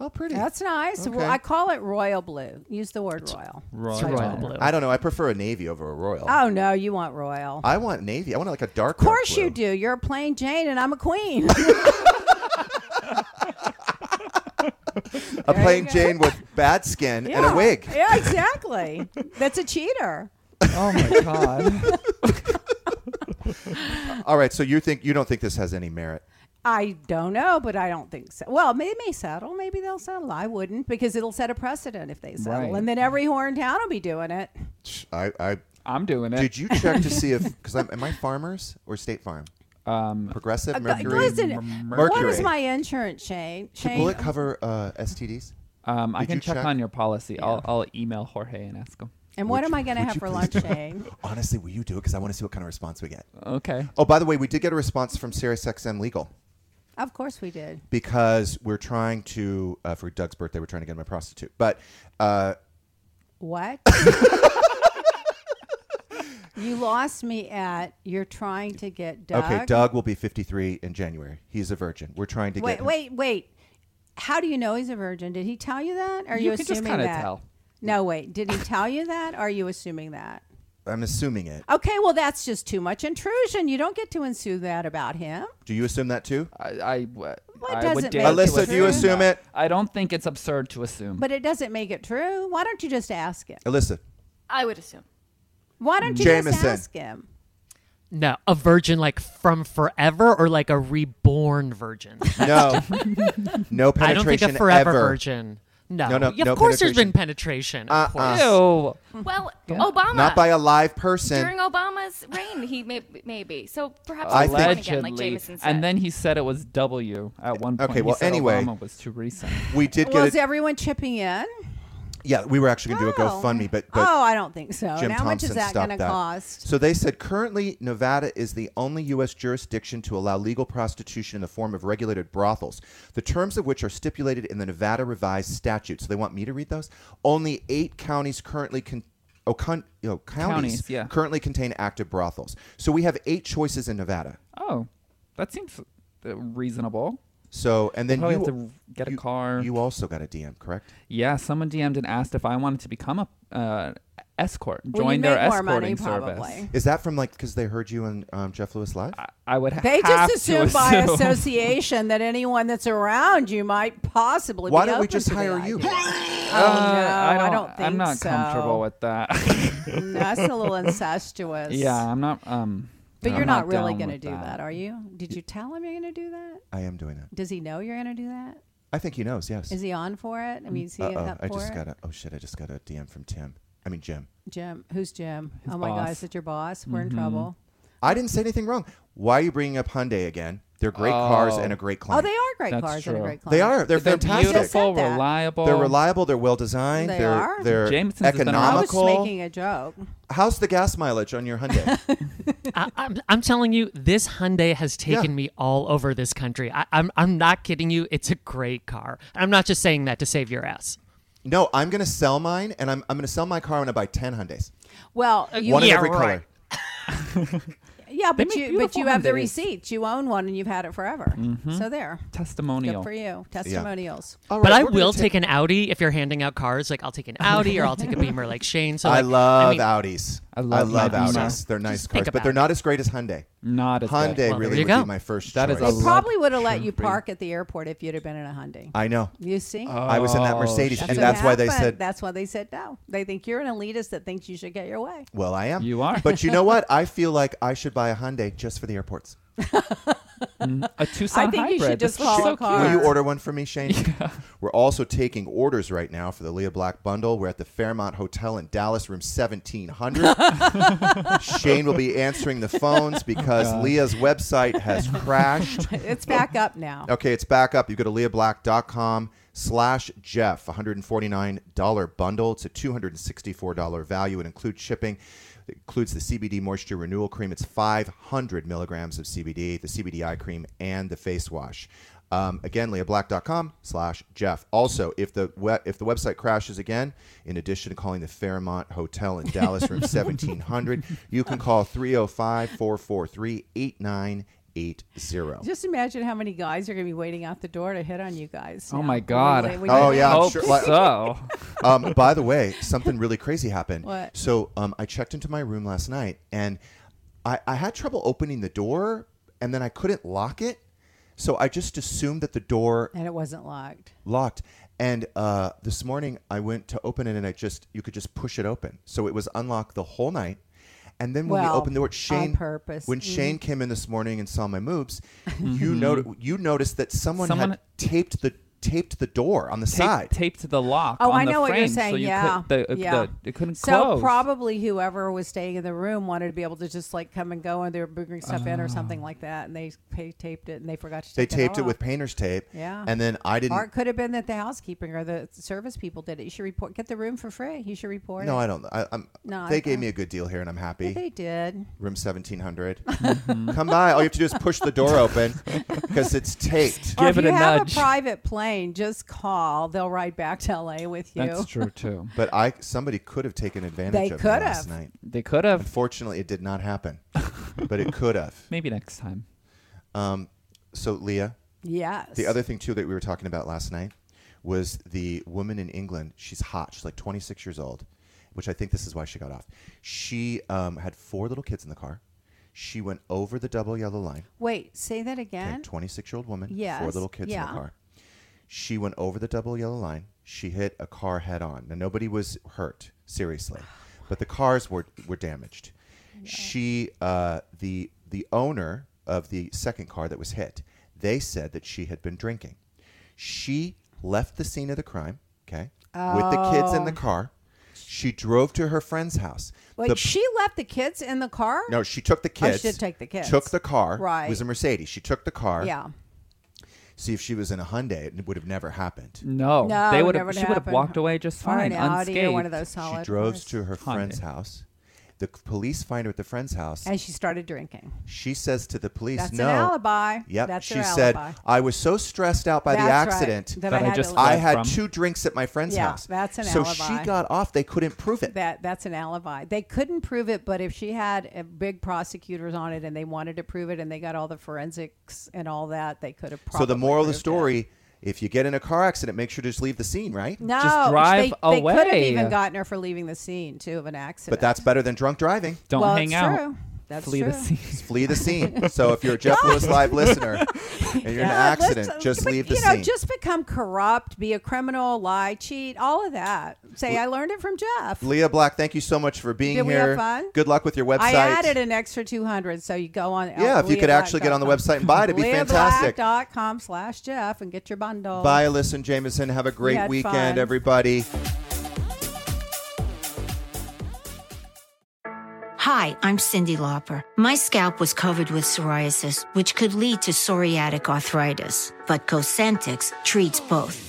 H: Oh, pretty. That's nice. Well, I call it royal blue. Use the word royal.
P: Royal. royal blue.
F: I don't know. I prefer a navy over a royal.
H: Oh no, you want royal?
F: I want navy. I want like a dark.
H: of course you do. You're a plain Jane, and I'm a queen.
F: A
H: There you
F: plain
H: go.
F: Jane with bad skin and
H: Yeah.
F: a wig.
H: Yeah, exactly. That's a cheater.
I: Oh my god.
F: All right. So you think you don't think this has any merit?
H: I don't know, but I don't think so. Well, they may settle. Maybe they'll settle. I wouldn't because it'll set a precedent if they settle,
F: Right.
H: and then every whore in town will be doing it.
F: I, I
I: I'm doing it.
F: Did you check to see if because I'm am I farmers or State Farm?
I: Um,
F: Progressive
H: Uh,
F: Mercury.
H: Listen,
F: Mercury.
H: what is my insurance, Shane?
F: Should
H: Shane,
F: bullet cover uh, STDs?
I: Um, I
F: Did
I: can
F: you
I: check,
F: check?
I: on your policy. I'll, I'll email Jorge and ask him.
H: And what
F: Would
H: am
F: you-
H: I going to
F: would
H: have
F: you
H: for lunch,
F: please-
H: Shane?
F: Honestly, will you do it? Because I want to see what kind of response we get.
I: Okay.
F: Oh, by the way, we did get a response from SiriusXM Legal
H: Of course we did.
F: because we're trying to uh, for Doug's birthday. We're trying to get him a prostitute, but uh,
H: What? you lost me at you're trying to get Doug.
F: okay, Doug will be 53 in January. He's a virgin. We're trying to
H: wait,
F: get. him-
H: wait, wait. How do you know he's a virgin? Did he tell you that? Or are you,
I: You can just
H: assuming
I: kinda
H: that?
I: tell.
H: No, wait. Did he tell you that? Or are you assuming that?
F: I'm assuming it.
H: Okay, well that's just too much intrusion. You don't get to assume that about him.
F: Do you assume that too?
I: I, I, I
H: does
I: would
H: it
I: dare
H: make
I: to
H: it Alyssa, do you true? assume
I: that. I don't think it's absurd to assume.
H: But it doesn't make it true. Why don't you just ask him?
F: Alyssa.
Q: I would assume.
H: Why don't you just
P: Jameson.
H: ask him?
P: No, a virgin like from forever or like a reborn virgin?
F: No. no penetration
P: I don't think a forever
F: ever.
P: virgin. No,
F: No, no,
P: Of
F: no
P: course, there's been
F: penetration.
P: penetration. Of
F: Uh-uh.
P: course.
Q: Well, Obama.
F: Not by a live person.
Q: During Obama's reign, he may, maybe. So perhaps
I: I
Q: I
I: Allegedly,
Q: born again, like Jameson said.
I: and then he said it was W at one point.
F: Okay,
I: He
F: well,
I: said
F: anyway,
I: Obama was too recent.
F: we did
H: well,
F: get
H: is
F: it.
H: everyone chipping in?
F: Yeah, we were actually going to do a GoFundMe, but, but
H: oh, I don't think so.
F: Jim
H: now,
F: Thompson
H: how much is that
F: stopped
H: going to
F: that.
H: cost?
F: So they said currently Nevada is the only U.S. jurisdiction to allow legal prostitution in the form of regulated brothels, the terms of which are stipulated in the Nevada revised statute. So they want me to read those. Only eight counties currently can. Oh, con, oh, counties,
I: Counties, yeah.
F: currently contain active brothels. So we have eight choices in Nevada.
I: Oh, that seems uh, reasonable.
F: So and then
I: Probably
F: you
I: have to
F: get a car. You also got a DM, correct?
I: Yeah, someone DM'd and asked if I wanted to become a uh, escort,
H: Well,
I: join
H: you
I: their
H: make more money,
I: escorting service.
H: probably.
F: Is that from like because they heard you on um, Jeff Lewis Live?
H: Uh,
F: I,
I: I would ha-
H: They just assume, by
I: assume.
H: association that anyone that's around you might possibly.
F: Why
H: be
F: don't we
H: open
F: just
H: to the
F: hire
H: idea.
F: you?
H: Oh
I: Uh, I
H: no, I
I: don't-
H: don't, think
I: I'm not
H: so.
I: comfortable with that.
H: No, That's a little incestuous.
I: Yeah, I'm not. Um,
H: But
I: I'm
H: you're not, really
I: down
H: going to
I: with
H: do that. are you? Did you tell him you're going to do that?
F: am doing it.
H: Does he know you're going to do that?
F: I think he knows. Yes.
H: Is he on for it?
I: Mm,
H: I mean, is he
F: Uh-oh,
H: up
F: I
H: for
F: just
H: it?
F: got a oh shit! I just got a DM from Tim. I mean Jim.
H: Jim, who's Jim?
I: His
H: oh my
I: boss.
H: God, is it your boss? We're
I: Mhm.
H: in trouble.
F: I didn't say anything wrong. Why are you bringing up Hyundai again? They're great cars
I: Oh.
F: and a great
H: Oh,
F: client.
H: they are great
I: That's
H: cars and a
I: true.
H: great client.
F: They are. They're,
I: They're
F: fantastic.
I: beautiful, Said that. reliable.
F: They're reliable. They're well designed.
H: They
F: are
H: are?
F: They're
I: Jameson's has been around.
H: I was
F: economical.
H: making a joke.
F: How's the gas mileage on your Hyundai?
P: I, I'm, I'm telling you, this Hyundai has taken me all over this country. I, I'm, I'm not kidding you. It's a great car. I'm not just saying that to save your ass.
F: no, I'm going to sell mine, and I'm, I'm going to sell my car and I buy ten Hyundais.
H: Well,
I: Uh,
H: you-
F: One in
P: yeah,
F: every
P: right.
H: Yeah,
I: They
H: but
I: make
H: you but
I: beautiful
H: you have the
I: Hyundais.
H: receipts. You own one and you've had it forever.
I: Mhm.
H: So there.
I: Testimonial.
H: Good for you. Testimonials.
P: but I will take, an Audi if you're handing out cars. Like I'll take an Audi or I'll take a Beamer like Shane. So
F: I
P: like,
F: love
P: mean,
F: Audis. I
I: love
F: love,
I: my
F: Audis.
I: Beamer.
F: They're nice
P: Just
F: cars,
P: think
F: but
P: about
F: they're
P: it.
F: not as great as Hyundai.
I: Not as good.
F: Hyundai
I: Mm, Well, there
F: really
I: you
F: would
I: go.
F: be my first
I: That
F: choice.
I: is a
H: They probably would have let you park at the airport if you'd have been in a Hyundai.
F: I know.
H: You see?
F: I was in that
I: Oh,
F: Mercedes,
I: shit.
F: Uh, and
H: what
F: that's why they
H: happened.
F: said
H: That's why they said no. They think you're an elitist that thinks you should get your way.
F: Well, I am.
I: You are.
F: But you know what? I feel like I should buy a Hyundai just for the airports.
I: a Tucson
H: I think you
I: hybrid.
H: should
I: This
H: just
I: looks
H: follow
I: Oh, so
H: car.
F: Will you
H: Alright.
F: order one for me, Shane? We're also taking orders right now for the Leah Black Bundle. We're at the Fairmont Hotel in Dallas, room 1700. Shane will be answering the phones because
H: God.
F: Leah's website has crashed.
H: it's back up now.
F: Okay, it's back up. You go to leahblack.com slash Jeff, $149 bundle. It's a $264 value. It includes shipping. It includes the CBD moisture renewal cream. It's 500 milligrams of CBD, the CBD eye cream, and the face wash. Um, again, leahblack.com slash Jeff. Also, if the we- if the website crashes again, in addition to calling the Fairmont Hotel in Dallas, room 1700, you can call 305 443 8980.
H: Just imagine how many guys are going to be waiting out the door to hit on you guys.
I: Oh
H: now.
I: my God.
H: Really, when
F: Oh
H: you-
F: yeah,
I: Hope so.
F: um, by the way, something really crazy happened.
H: What?
F: So um, I checked into my room last night, and I, I had trouble opening the door, and then I couldn't lock it. So I just assumed that the door
H: And it wasn't locked.
F: locked. And uh, this morning I went to open it, and I just you could just push it open. So it was unlocked the whole night. And then when we
H: Well,
F: opened the door,
H: on
F: Shane
H: purpose.
F: when
H: Mhm.
F: Shane came in this morning and saw my moves, you know you noticed that someone,
I: Mm-hmm. Someone-
F: had taped the taped the door on the
I: Tape-
F: side.
I: taped to the lock.
H: Oh,
I: on
H: I
I: the
H: know what you're
I: frame,
H: saying.
I: So you
H: yeah.
I: could, the, uh,
H: yeah.
I: the- it couldn't
H: so
I: close.
H: probably whoever was staying in the room wanted to be able to just like come and go, and they were bringing stuff in or
I: Ah.
H: something like that, and they pa- taped it and they forgot to.
F: They
H: take
F: taped it
H: off.
F: with painter's tape.
H: Yeah.
F: And then I didn't.
H: Or it could have been that the housekeeping or the service people did it. You should report. Get the room for free. You should report.
F: no,
H: it.
F: I don't. I, I'm.
H: No,
F: they
H: I-
F: gave me a good deal here, and I'm happy.
H: Yeah, they did.
F: Room 1700. Come by. All you have to do is push the door open because it's taped.
H: Or if you have a private plane, just call. They'll ride back to LA with you.
I: too.
F: But I somebody could have taken advantage
H: They
F: of it
H: could
F: last
H: have.
F: night.
I: They could have.
F: Unfortunately, it did not happen. but it could have.
I: Maybe next time.
F: Um, so Leah.
H: Yes.
F: The other thing too that we were talking about last night was the woman in England. She's hot. She's like 26 years old, which I think this is why she got off. She um, had four little kids in the car. She went over the double yellow line.
H: Wait, say that
F: Okay,
H: again.
F: 26 year old woman. Four
H: Yes,
F: little kids in
H: yeah.
F: the car. She went over the double yellow line. She hit a car head on. Now nobody was hurt, seriously, but the cars were were damaged. She, uh, the the owner of the second car that was hit, they said that she had been drinking. She left the scene of the crime. okay, with the kids in the
H: Oh.
F: car. She drove to her friend's house.
H: Wait,
F: The-
H: she left the kids in the car?
F: no, she took the
H: Oh, she
F: kids.
H: did take the kids.
F: Took the car.
H: Right.
F: It was a Mercedes. She took the car.
H: Yeah.
F: See if she was in a Hyundai, it would have never happened.
I: No,
H: No,
I: Oh, they
H: it
I: would
H: never
I: have. She would have
H: happened.
I: walked away just
H: Or
I: fine,
H: an Audi or
I: unscathed.
H: one of those solid
F: She drove
H: cars.
F: to her friend's house. The c- police find her at the friend's house.
H: And she started drinking.
F: She says to the police,
H: That's an
F: "No."
H: alibi.
F: Yep.
H: That's
F: she
H: her
F: said,
H: alibi.
F: "I was so stressed out by the
H: That's right.
F: accident
H: That I That I had to just leave.
F: I had
H: fled from.
F: two drinks at my friend's
H: Yeah,
F: house."
H: that's an
F: so
H: alibi.
F: she got off. They couldn't prove it.
H: That that's an alibi. They couldn't prove it, but if she had a big prosecutors on it and they wanted to prove it and they got all the forensics and all that, they could have probably
F: so the moral of the story: if you get in a car accident, make sure to just leave the scene, right?
H: No, they, They could have even gotten her for leaving the scene too of an accident.
F: But that's better than drunk driving.
I: Don't
H: Well, hang it's out. true. That's Flee the true. scene.
F: Flee the scene. So if you're a Jeff Lewis live listener and you're in an
H: Yeah, let's-
F: accident, just
H: but,
F: leave the
H: you
F: scene.
H: know, just become corrupt, be a criminal, lie, cheat, all of that. Say I learned it from Jeff.
F: Leah Black, thank you so much for being
H: Did we
F: here.
H: have fun?
F: Good luck with your website.
H: I added an extra 200, so you go on.
F: yeah, if you could actually get on the website and buy it, it'd be fantastic.
H: com slash Jeff and get your bundle.
F: Bye, listen, Jameson. Have a
H: We
F: great
H: had
F: weekend,
H: fun.
F: everybody.
M: Hi, I'm Cindy Lauper. My scalp was covered with psoriasis, which could lead to psoriatic arthritis, but Cosentix treats both.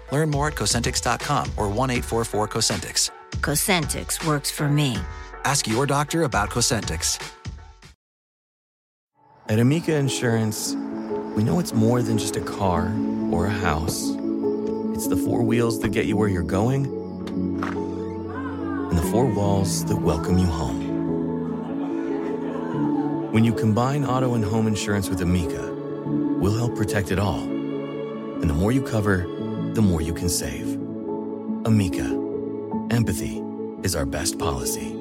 A: Learn more at Cosentix.com or 1 844 Cosentix.
M: Cosentix works for me.
A: Ask your doctor about Cosentix.
B: At Amica Insurance, we know it's more than just a car or a house. It's the four wheels that get you where you're going and the four walls that welcome you home. When you combine auto and home insurance with Amica, we'll help protect it all. And the more you cover, the more you can save. Amica, empathy is our best policy.